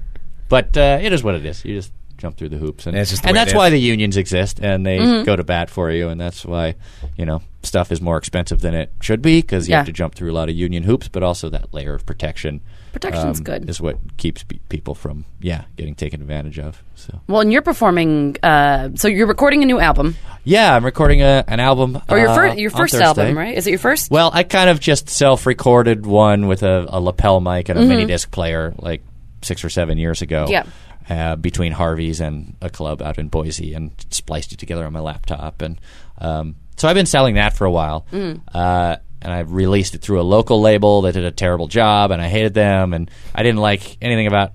Speaker 7: But uh, it is what it is. You just jump through the hoops, and,
Speaker 5: That's just the
Speaker 7: and
Speaker 5: way it
Speaker 7: that's
Speaker 5: is.
Speaker 7: why the unions exist, and they
Speaker 6: Mm-hmm.
Speaker 7: go to bat for you, and that's why you know stuff is more expensive than it should be because you
Speaker 6: Yeah.
Speaker 7: have to jump through a lot of union hoops, but also that layer of protection. Um,
Speaker 6: Protection's good.
Speaker 7: Is what keeps pe- people from yeah getting taken advantage of. So
Speaker 6: well, and you're performing. Uh, so you're recording a new album,
Speaker 7: yeah, I'm recording a, an album
Speaker 6: or Oh, your
Speaker 7: uh,
Speaker 6: first your
Speaker 7: on
Speaker 6: first
Speaker 7: Thursday.
Speaker 6: album, right? Is it your first?
Speaker 7: Well, I kind of just
Speaker 6: Mm-hmm.
Speaker 7: self-recorded one with a, a lapel mic and a mini disc player, like six or seven years ago.
Speaker 6: Yeah.
Speaker 7: uh, between Harvey's and a club out in Boise, and spliced it together on my laptop. And um, so I've been selling that for a while, uh, and I released it through a local label that did a terrible job, and I hated them, and I didn't like anything about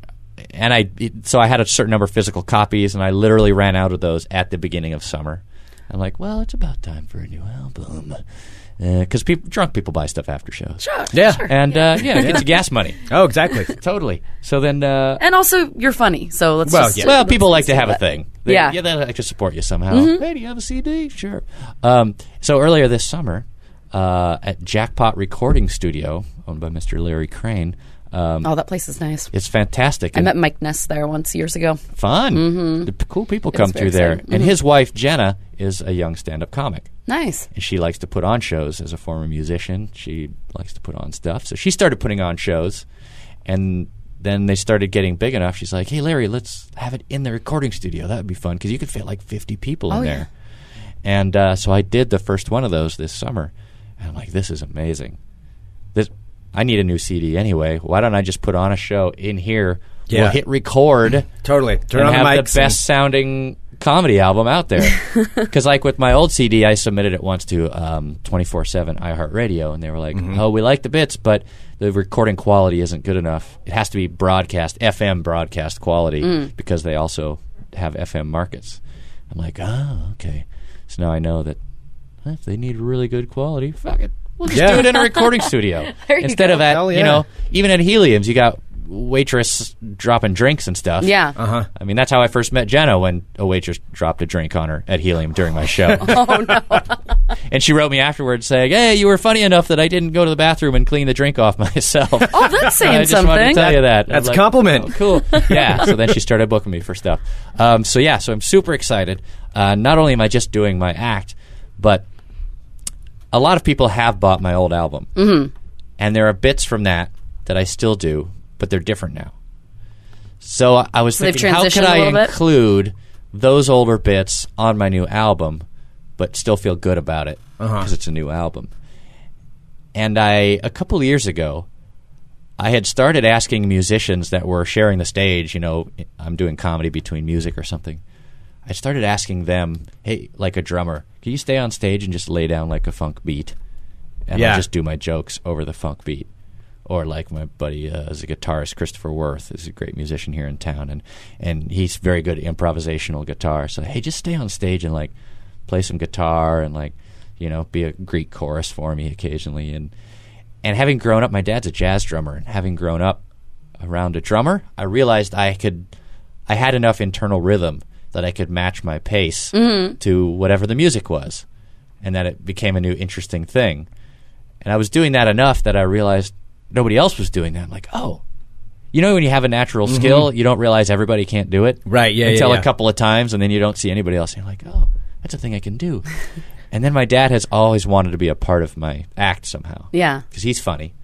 Speaker 7: and I it- so I had a certain number of physical copies, and I literally ran out of those at the beginning of summer. I'm like, well, it's about time for a new album, because people drunk people buy stuff after shows. Sure, yeah, and uh, yeah, it gets you gas money.
Speaker 5: Oh, exactly.
Speaker 7: Totally. So then, uh,
Speaker 6: And also, you're funny, so let's
Speaker 5: Well,
Speaker 6: just
Speaker 5: yeah.
Speaker 7: well, people like
Speaker 6: let's
Speaker 7: to
Speaker 6: do
Speaker 7: have a
Speaker 6: that.
Speaker 7: thing. They,
Speaker 6: Yeah. Mm-hmm.
Speaker 7: yeah, they like to support you somehow. Hey, do you have a CD? Sure. Um, so earlier this summer, uh, at Jackpot Recording Studio, owned by Mr. Larry Crane, um,
Speaker 6: Oh, that place is nice.
Speaker 7: it's fantastic.
Speaker 6: I
Speaker 7: And-
Speaker 6: met Mike Ness there once years ago.
Speaker 7: fun. The p- cool people come
Speaker 6: very
Speaker 7: through there.
Speaker 6: exciting. Mm-hmm.
Speaker 7: And his wife Jenna is a young stand-up comic,
Speaker 6: Nice.
Speaker 7: and she likes to put on shows. As a former musician, she likes to put on stuff. So she started putting on shows, and then they started getting big enough. She's like, "Hey, Larry, let's have it in the recording studio. That would be fun because you could fit like fifty people in
Speaker 6: Oh, yeah.
Speaker 7: there." And uh, so I did the first one of those this summer, and I'm like, "This is amazing." This I need a new CD anyway. Why don't I just put on a show in here?
Speaker 5: Yeah.
Speaker 7: We'll hit record.
Speaker 5: Totally. Turn
Speaker 7: and
Speaker 5: on
Speaker 7: have
Speaker 5: the
Speaker 7: the,
Speaker 5: mics.
Speaker 7: best sounding comedy album out there. Because like with my old CD, I submitted it once to twenty four seven iHeartRadio, and they were like,
Speaker 5: Mm-hmm.
Speaker 7: "Oh, we like the bits, but the recording quality isn't good enough. It has to be broadcast FM broadcast quality
Speaker 5: Mm.
Speaker 7: because they also have FM markets." I'm like, "Oh, okay." So now I know that huh, if they need really good quality, fuck it, we'll just
Speaker 5: Yeah.
Speaker 7: do it in a recording studio
Speaker 6: There you
Speaker 7: instead
Speaker 6: go.
Speaker 7: of at
Speaker 5: Hell yeah.
Speaker 7: you know even at Helium's you got waitress dropping drinks and stuff.
Speaker 6: Yeah.
Speaker 7: Uh-huh. I mean, that's how I first met Jenna when a waitress dropped a drink on her at Helium during my show.
Speaker 6: Oh no.
Speaker 7: and she wrote me afterwards saying, Hey, you were funny enough that I didn't go to the bathroom and clean the drink off myself.
Speaker 6: Oh, that's
Speaker 7: I
Speaker 6: saying
Speaker 7: just wanted to
Speaker 6: something.
Speaker 7: tell you that.
Speaker 5: That's
Speaker 7: I'm
Speaker 5: a compliment.
Speaker 7: "Oh, cool. yeah. So then she started booking me for stuff. Um, so yeah, so I'm super excited. Uh, not only am I just doing my act, but a lot of people have bought my old album, mm-hmm. and there are bits from that that I still do, but they're different now. So I- I was
Speaker 6: they've
Speaker 7: thinking, how
Speaker 6: transitioned
Speaker 7: could
Speaker 6: a
Speaker 7: I
Speaker 6: little bit?
Speaker 7: include those older bits on my new album, but still feel good about it because
Speaker 6: Uh-huh.
Speaker 7: it's a new album. And I, a couple of years ago, I had started asking musicians that were sharing the stage, you know, I'm doing comedy between music or something. I started asking them, hey, like a drummer, can you stay on stage and just lay down like a funk beat? And
Speaker 5: Yeah.
Speaker 7: I'll just do my jokes over the funk beat. Or like my buddy uh, is a guitarist, Christopher Worth is a great musician here in town, and and he's very good at improvisational guitar. So hey, just stay on stage and like play some guitar and like you know be a Greek chorus for me occasionally. And and having grown up, my dad's a jazz drummer, and having grown up around a drummer, I realized I could, I had enough internal rhythm that I could match my pace to whatever the music was, and that it became a new interesting thing. And I was doing that enough that I realized nobody else was doing that. I'm like, oh, you know, when you have a natural skill, you don't realize everybody can't do it,
Speaker 5: Mm-hmm. Right, yeah, yeah,
Speaker 7: until
Speaker 5: yeah.
Speaker 7: a couple of times, and then you don't see anybody else. And you're like, oh, that's a thing I can do. and then my dad has always wanted to be a part of my act somehow
Speaker 6: Yeah.
Speaker 7: because he's funny,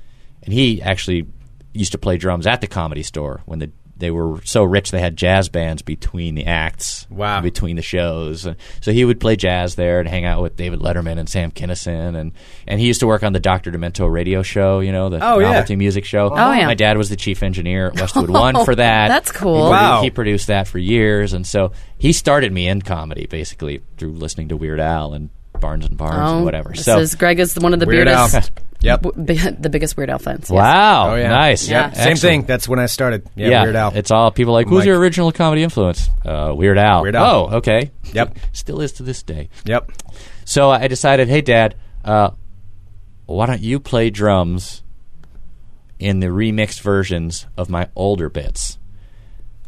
Speaker 7: and he actually used to play drums at the comedy store when the they were so rich they had jazz bands between the acts,
Speaker 5: Wow.
Speaker 7: between the shows. And so he would play jazz there and hang out with David Letterman and Sam Kinison, and and he used to work on the Doctor Demento radio show, you know, the
Speaker 5: Oh, yeah.
Speaker 7: novelty music show.
Speaker 6: Oh, yeah.
Speaker 7: my dad was the chief engineer at Westwood One for that.
Speaker 6: that's cool.
Speaker 7: He produ-
Speaker 5: Wow.
Speaker 7: he produced that for years, and so he started me in comedy basically through listening to Weird Al and Barnes and Barnes
Speaker 6: Oh,
Speaker 7: and whatever.
Speaker 6: This
Speaker 7: so
Speaker 6: is Greg is one of the
Speaker 5: Weird Al.
Speaker 6: weirdest.
Speaker 5: Yep.
Speaker 6: the biggest Weird Al fans. yes.
Speaker 7: Wow!
Speaker 5: Oh, yeah.
Speaker 7: Nice.
Speaker 6: Yeah.
Speaker 5: Same thing. That's when I started. Yeah,
Speaker 7: Yeah,
Speaker 5: Weird Al.
Speaker 7: It's all people like, who's
Speaker 5: Mike.
Speaker 7: your original comedy influence? Uh, Weird Al.
Speaker 5: Weird Al.
Speaker 7: Oh, okay.
Speaker 5: Yep.
Speaker 7: Still is to this day.
Speaker 5: yep.
Speaker 7: So I decided, hey, Dad, uh, why don't you play drums in the remixed versions of my older bits?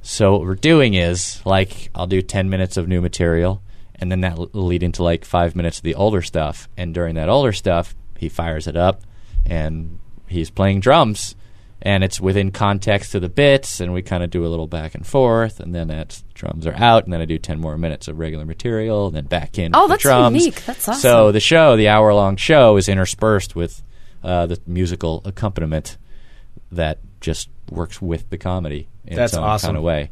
Speaker 7: So what we're doing is like I'll do ten minutes of new material, and then that will lead into like five minutes of the older stuff. And during that older stuff, he fires it up, and he's playing drums, and it's within context to the bits. And we kind of do a little back and forth, and then that's drums are out, and then I do ten more minutes of regular material, and then back in.
Speaker 6: Oh,
Speaker 7: with the
Speaker 6: that's
Speaker 7: drums.
Speaker 6: unique. That's awesome.
Speaker 7: So the show, the hour long show, is interspersed with uh, the musical accompaniment that just works with the comedy in
Speaker 5: That's
Speaker 7: its own
Speaker 5: awesome.
Speaker 7: kind of way.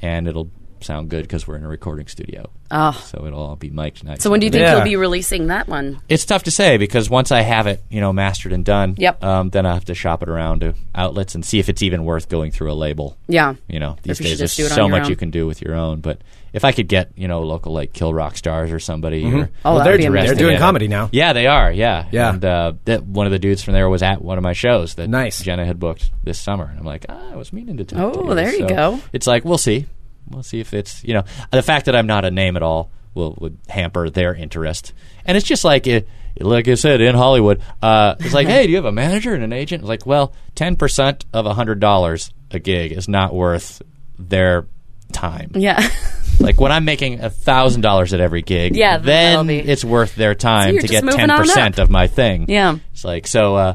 Speaker 7: And it'll sound good because we're in a recording studio. So it'll all be mic'd nice.
Speaker 6: Ah. So when do you
Speaker 7: and
Speaker 6: think
Speaker 5: Yeah.
Speaker 6: you'll be releasing that one?
Speaker 7: it's tough to say because once I have it, you know, mastered and done,
Speaker 6: Yep.
Speaker 7: um, then I have to shop it around to outlets and see if it's even worth going through a label.
Speaker 6: Yeah.
Speaker 7: You know, these
Speaker 6: you should
Speaker 7: days
Speaker 6: just
Speaker 7: there's
Speaker 6: do it on
Speaker 7: so
Speaker 6: your
Speaker 7: much
Speaker 6: own.
Speaker 7: you can do with your own. But if I could get, you know, local like Kill Rock Stars or somebody, or
Speaker 6: Oh,
Speaker 5: they're,
Speaker 6: that'd be
Speaker 5: Mm-hmm. they're
Speaker 6: amazing.
Speaker 5: doing
Speaker 7: Yeah.
Speaker 5: comedy now.
Speaker 7: Yeah, they are. Yeah,
Speaker 5: Yeah.
Speaker 7: And uh, that one of the dudes from there was at one of my shows that
Speaker 5: Nice.
Speaker 7: Jenna had booked this summer, and I'm like, ah, I was meaning to talk. to
Speaker 6: Oh,
Speaker 7: you."
Speaker 6: there you
Speaker 7: So
Speaker 6: go.
Speaker 7: It's like we'll see, we'll see if it's you know the fact that I'm not a name at all will would hamper their interest, and it's just like it. Like I said, in Hollywood, uh, it's like, hey, do you have a manager and an agent? It's like, well, ten percent of hundred dollars a gig is not worth their time.
Speaker 6: Yeah.
Speaker 7: Like when I'm making thousand dollars at every gig,
Speaker 6: Yeah, then that'll
Speaker 7: then
Speaker 6: be-
Speaker 7: it's worth their
Speaker 6: So
Speaker 7: time
Speaker 6: you're
Speaker 7: to
Speaker 6: just
Speaker 7: get
Speaker 6: moving
Speaker 7: ten
Speaker 6: on
Speaker 7: percent
Speaker 6: up.
Speaker 7: of my thing.
Speaker 6: Yeah.
Speaker 7: it's like so. Uh,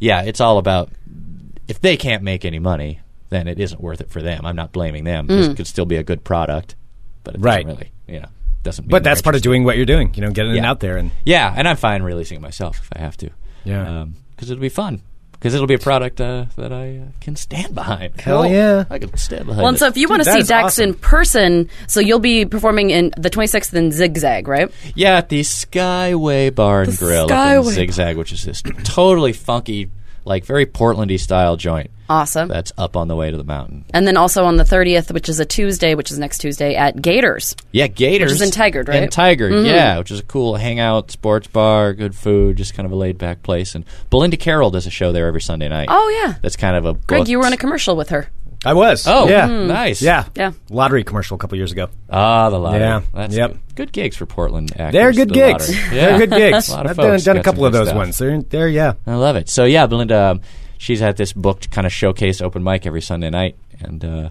Speaker 7: yeah, it's all about if they can't make any money, then it isn't worth it for them. I'm not blaming them. This could still be a good product, but it
Speaker 5: Mm. Right.
Speaker 7: doesn't really, you know, doesn't. mean
Speaker 5: But that's
Speaker 7: they're
Speaker 5: part of
Speaker 7: interested.
Speaker 5: doing what you're doing, you know, getting it
Speaker 7: Yeah.
Speaker 5: out there. And
Speaker 7: Yeah, and I'm fine releasing it myself if I have to.
Speaker 5: Yeah.
Speaker 7: because it'll be fun. Because it'll be a product uh, that I uh, can stand behind.
Speaker 5: Hell yeah.
Speaker 7: I can stand behind.
Speaker 6: Well, and
Speaker 7: it.
Speaker 6: so if you want to
Speaker 5: that
Speaker 6: see
Speaker 5: is
Speaker 6: Dax in
Speaker 5: awesome.
Speaker 6: person, so you'll be performing in the 26th in Zigzag, right?
Speaker 7: Yeah, at the Skyway Bar and
Speaker 6: The
Speaker 7: Grill up
Speaker 6: Skyway
Speaker 7: in Zigzag, which is this totally funky, like very Portlandy style joint
Speaker 6: Awesome.
Speaker 7: that's up on the way to the mountain.
Speaker 6: and then also on the 30th, which is a Tuesday, which is next Tuesday at Gators.
Speaker 7: Yeah, Gators.
Speaker 6: Which is in Tigard, right? Mm-hmm.
Speaker 7: In Tigard, yeah, which is a cool hangout, sports bar, good food, just kind of a laid back place. And Belinda Carroll does a show there every Sunday night.
Speaker 6: Oh yeah.
Speaker 7: That's kind of a
Speaker 6: Greg,
Speaker 7: booked-
Speaker 6: you were in a commercial with her.
Speaker 5: I was.
Speaker 7: Oh,
Speaker 5: yeah.
Speaker 7: nice.
Speaker 5: Yeah.
Speaker 6: Mm-hmm. Yeah.
Speaker 5: Lottery commercial a couple years ago.
Speaker 7: Ah, the lottery.
Speaker 5: Yeah.
Speaker 7: That's
Speaker 5: Yep.
Speaker 7: good. Good gigs for Portland actors.
Speaker 5: They're good
Speaker 7: the
Speaker 5: gigs.
Speaker 7: lottery. Yeah.
Speaker 5: They're good gigs.
Speaker 7: A lot of
Speaker 5: I've done,
Speaker 7: folks
Speaker 5: done a
Speaker 7: got some
Speaker 5: couple of
Speaker 7: good
Speaker 5: those
Speaker 7: stuff.
Speaker 5: ones. They're, they're yeah.
Speaker 7: I love it. So yeah, Belinda, um, she's at this booked kind of showcase open mic every Sunday night, and uh,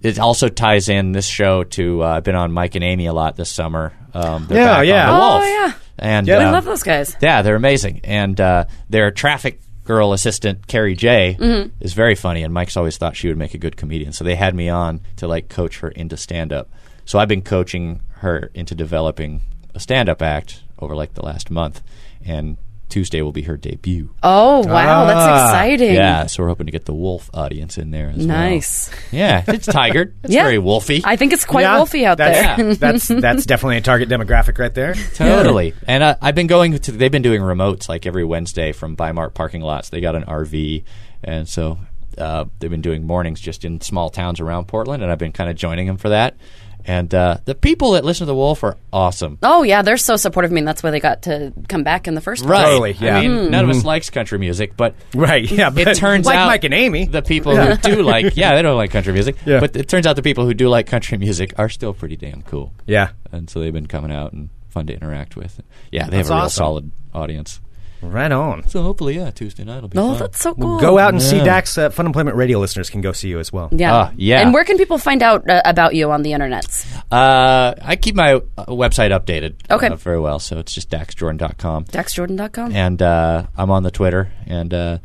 Speaker 7: it also ties in this show to uh, I've been on Mike and Amy a lot this summer. Um, they're
Speaker 5: Yeah,
Speaker 7: back
Speaker 5: yeah.
Speaker 7: On the
Speaker 5: Oh,
Speaker 7: Wolf.
Speaker 6: yeah.
Speaker 7: and
Speaker 5: Yeah. We
Speaker 6: I
Speaker 7: um,
Speaker 6: love those guys.
Speaker 7: yeah, they're amazing. And uh, their traffic girl assistant, Carrie J,
Speaker 6: Mm-hmm.
Speaker 7: is very funny. And Mike's always thought she would make a good comedian. So they had me on to like coach her into stand up. So I've been coaching her into developing a stand up act over like the last month. And Tuesday will be her debut.
Speaker 6: Oh wow, that's
Speaker 5: Ah.
Speaker 6: exciting.
Speaker 7: Yeah, so we're hoping to get the wolf audience in there as well.
Speaker 6: Nice.
Speaker 7: Yeah, it's tigered. It's
Speaker 6: Yeah.
Speaker 7: very wolfy.
Speaker 6: I think it's quite
Speaker 5: Yeah,
Speaker 6: wolfy out there.
Speaker 5: that's, that's that's definitely a target demographic right there.
Speaker 7: Totally. And uh, I've been going to, they've been doing remotes like every Wednesday from Bimart parking lots. They got an RV. And so uh, they've been doing mornings just in small towns around Portland. And I've been kind of joining them for that. And uh, the people that listen to The Wolf are awesome.
Speaker 6: Oh yeah, they're so supportive. I mean, that's why they got to come back in the first place.
Speaker 7: Right.
Speaker 5: Totally, yeah. Mm. Mm-hmm.
Speaker 7: I mean, none of us likes country music, but
Speaker 5: Right. Yeah. But
Speaker 7: it turns
Speaker 5: like
Speaker 7: out
Speaker 5: Mike and Amy.
Speaker 7: the people who do like, yeah, they don't like country music.
Speaker 5: Yeah.
Speaker 7: But it turns out the people who do like country music are still pretty damn cool.
Speaker 5: yeah.
Speaker 7: and so they've been coming out and fun to interact with. Yeah, they
Speaker 5: That's
Speaker 7: have a real
Speaker 5: awesome.
Speaker 7: solid audience.
Speaker 5: Right on.
Speaker 7: So hopefully, yeah, Tuesday night will be
Speaker 6: Oh,
Speaker 7: fun.
Speaker 6: that's so cool.
Speaker 5: Go out and see Dax. Uh, Fun Employment Radio listeners can go see you as well.
Speaker 6: Yeah.
Speaker 7: Ah, yeah.
Speaker 6: And where can people find out uh, about you on the internets?
Speaker 7: uh, I keep my uh, website updated.
Speaker 6: Okay.
Speaker 7: uh, very well. So it's just daxjordan.com.
Speaker 6: DaxJordan.com.
Speaker 7: and uh, I'm on the Twitter, and uh,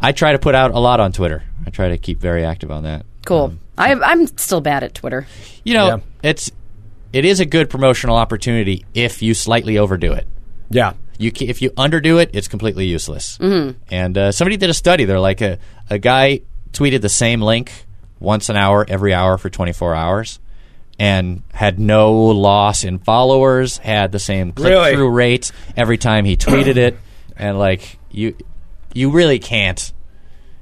Speaker 7: I try to put out a lot on Twitter. I try to keep very active on that.
Speaker 6: Cool.
Speaker 7: Um,
Speaker 6: I, I'm still bad at Twitter.
Speaker 7: you know,
Speaker 5: Yeah.
Speaker 7: it's it is a good promotional opportunity if you slightly overdo it.
Speaker 5: Yeah.
Speaker 7: you ca if you underdo it, it's completely useless.
Speaker 5: Mm-hmm.
Speaker 7: And uh, somebody did a study. They're like a a guy tweeted the same link once an hour, every hour for 24 hours, and had no loss in followers. Had the same click
Speaker 5: Really?
Speaker 7: through rate every time he tweeted it, and like you, you really can't.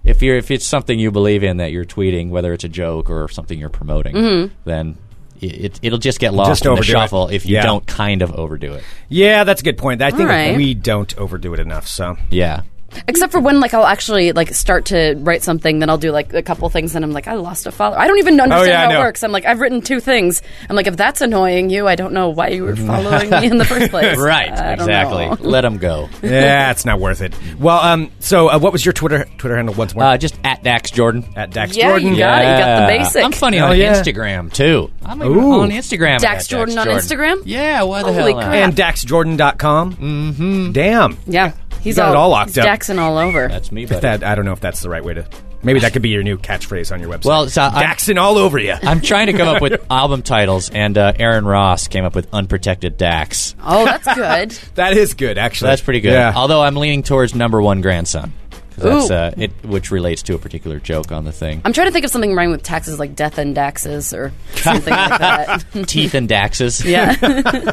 Speaker 7: If you're if it's something you believe in that you're tweeting, whether it's a joke or something you're promoting, then it, it, it'll just get lost
Speaker 5: Mm-hmm. Just
Speaker 7: in the
Speaker 5: overdo it.
Speaker 7: shuffle if you
Speaker 5: Yeah.
Speaker 7: don't kind of overdo it.
Speaker 5: Yeah, that's a good point. I think
Speaker 6: right.
Speaker 5: we don't overdo it enough. So
Speaker 7: Yeah.
Speaker 6: Except for when like I'll actually like start to write something, then I'll do like a couple things, and I'm like, I lost a follower. I don't even understand
Speaker 5: yeah, I
Speaker 6: how
Speaker 5: know.
Speaker 6: it works. I'm like, I've written two things. I'm like, if that's annoying you, I don't know why you were following me in the first place.
Speaker 7: Right,
Speaker 6: I don't
Speaker 7: exactly.
Speaker 6: know.
Speaker 7: Let them go.
Speaker 5: yeah, it's not worth it. Well, um, so uh, what was your Twitter Twitter handle once more?
Speaker 7: Uh, just at Dax Jordan. Uh,
Speaker 5: At Dax
Speaker 6: Yeah,
Speaker 5: Jordan.
Speaker 6: Oh, you got it. You got the basic. Oh,
Speaker 7: I'm funny
Speaker 5: Hell
Speaker 7: on
Speaker 5: yeah.
Speaker 7: Instagram too. I'm even
Speaker 5: Ooh.
Speaker 7: on Instagram.
Speaker 6: Dax
Speaker 7: at
Speaker 6: Jordan on Instagram?
Speaker 7: Yeah, why the
Speaker 6: Holy
Speaker 7: hell? not?
Speaker 6: crap.
Speaker 5: And DaxJordan.com. Mm-hmm. Damn.
Speaker 6: Yeah, he's
Speaker 5: You got
Speaker 6: all,
Speaker 5: it all locked
Speaker 6: he's
Speaker 5: up.
Speaker 6: Daxing all over.
Speaker 7: That's me, buddy.
Speaker 5: That I don't know if that's the right way to. Maybe that could be your new catchphrase on your website.
Speaker 7: Well, so I'm-
Speaker 5: Daxing all over you.
Speaker 7: I'm trying to come up with album titles, and uh, Aaron Ross came up with Unprotected Dax.
Speaker 6: oh, that's good.
Speaker 5: That is good, actually.
Speaker 7: So that's pretty good.
Speaker 5: Yeah.
Speaker 7: Although I'm leaning towards Number One Grandson. 'Cause 'Cause That's,
Speaker 6: Ooh.
Speaker 7: uh, it, which relates to a particular joke on the thing.
Speaker 6: I'm trying to think of something rhyming with taxes, like death and taxes or something like that.
Speaker 7: teeth and daxes.
Speaker 6: Yeah,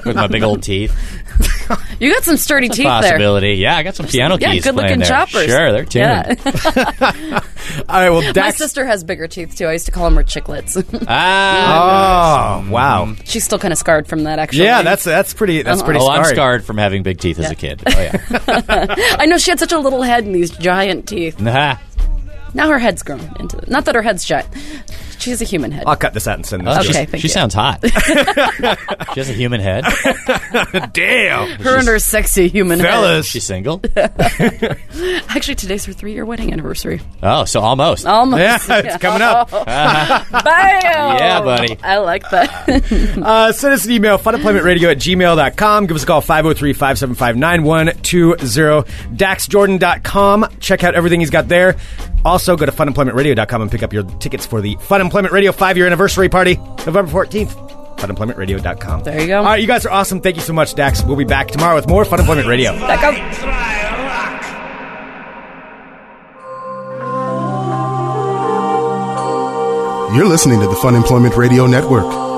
Speaker 7: with my big old teeth.
Speaker 6: you got some sturdy teeth there.
Speaker 7: Possibility. Yeah, I got some piano
Speaker 6: Yeah,
Speaker 7: keys.
Speaker 6: good looking
Speaker 7: playing there.
Speaker 6: choppers.
Speaker 7: Sure, they're tuned.
Speaker 6: Yeah.
Speaker 5: All right, well,
Speaker 6: My
Speaker 5: Dax.
Speaker 6: sister has bigger teeth too. I used to call them her chicklets.
Speaker 7: Ah.
Speaker 5: oh wow,
Speaker 6: She's still kind of scarred from that. Actually,
Speaker 5: yeah, that's that's pretty that's pretty.
Speaker 7: Mm-hmm. Oh, I'm
Speaker 5: scarring.
Speaker 7: scarred from having big teeth as a kid. Oh yeah.
Speaker 6: I know she had such a little head and these giant teeth.
Speaker 7: Nah.
Speaker 6: Now her head's grown into it. Not that her head's giant. She's a human head.
Speaker 5: I'll cut this out and send this.
Speaker 6: Okay,
Speaker 7: She's-
Speaker 6: thank
Speaker 7: she
Speaker 6: you.
Speaker 7: sounds hot. she has a human head.
Speaker 5: Damn,
Speaker 6: Her and her sexy human
Speaker 5: fellas.
Speaker 7: She's single.
Speaker 6: head. Actually, today's her three-year wedding anniversary.
Speaker 7: Oh, so almost.
Speaker 6: Almost.
Speaker 5: Yeah, it's coming up.
Speaker 6: Bam!
Speaker 7: Yeah, buddy.
Speaker 6: I like that.
Speaker 5: Uh, send us an email, funemploymentradio at gmail.com. Give us a call, 503-575-9120. DaxJordan.com. Check out everything he's got there. Also, go to funemploymentradio.com and pick up your tickets for the Fun Employment Radio five-year anniversary party, November 14th. Funemploymentradio.com.
Speaker 6: There you go.
Speaker 5: All right, you guys are awesome. Thank you so much, Dax. We'll be back tomorrow with more Fun Employment Radio.
Speaker 6: Back up.
Speaker 1: You're listening to the Fun Employment Radio Network.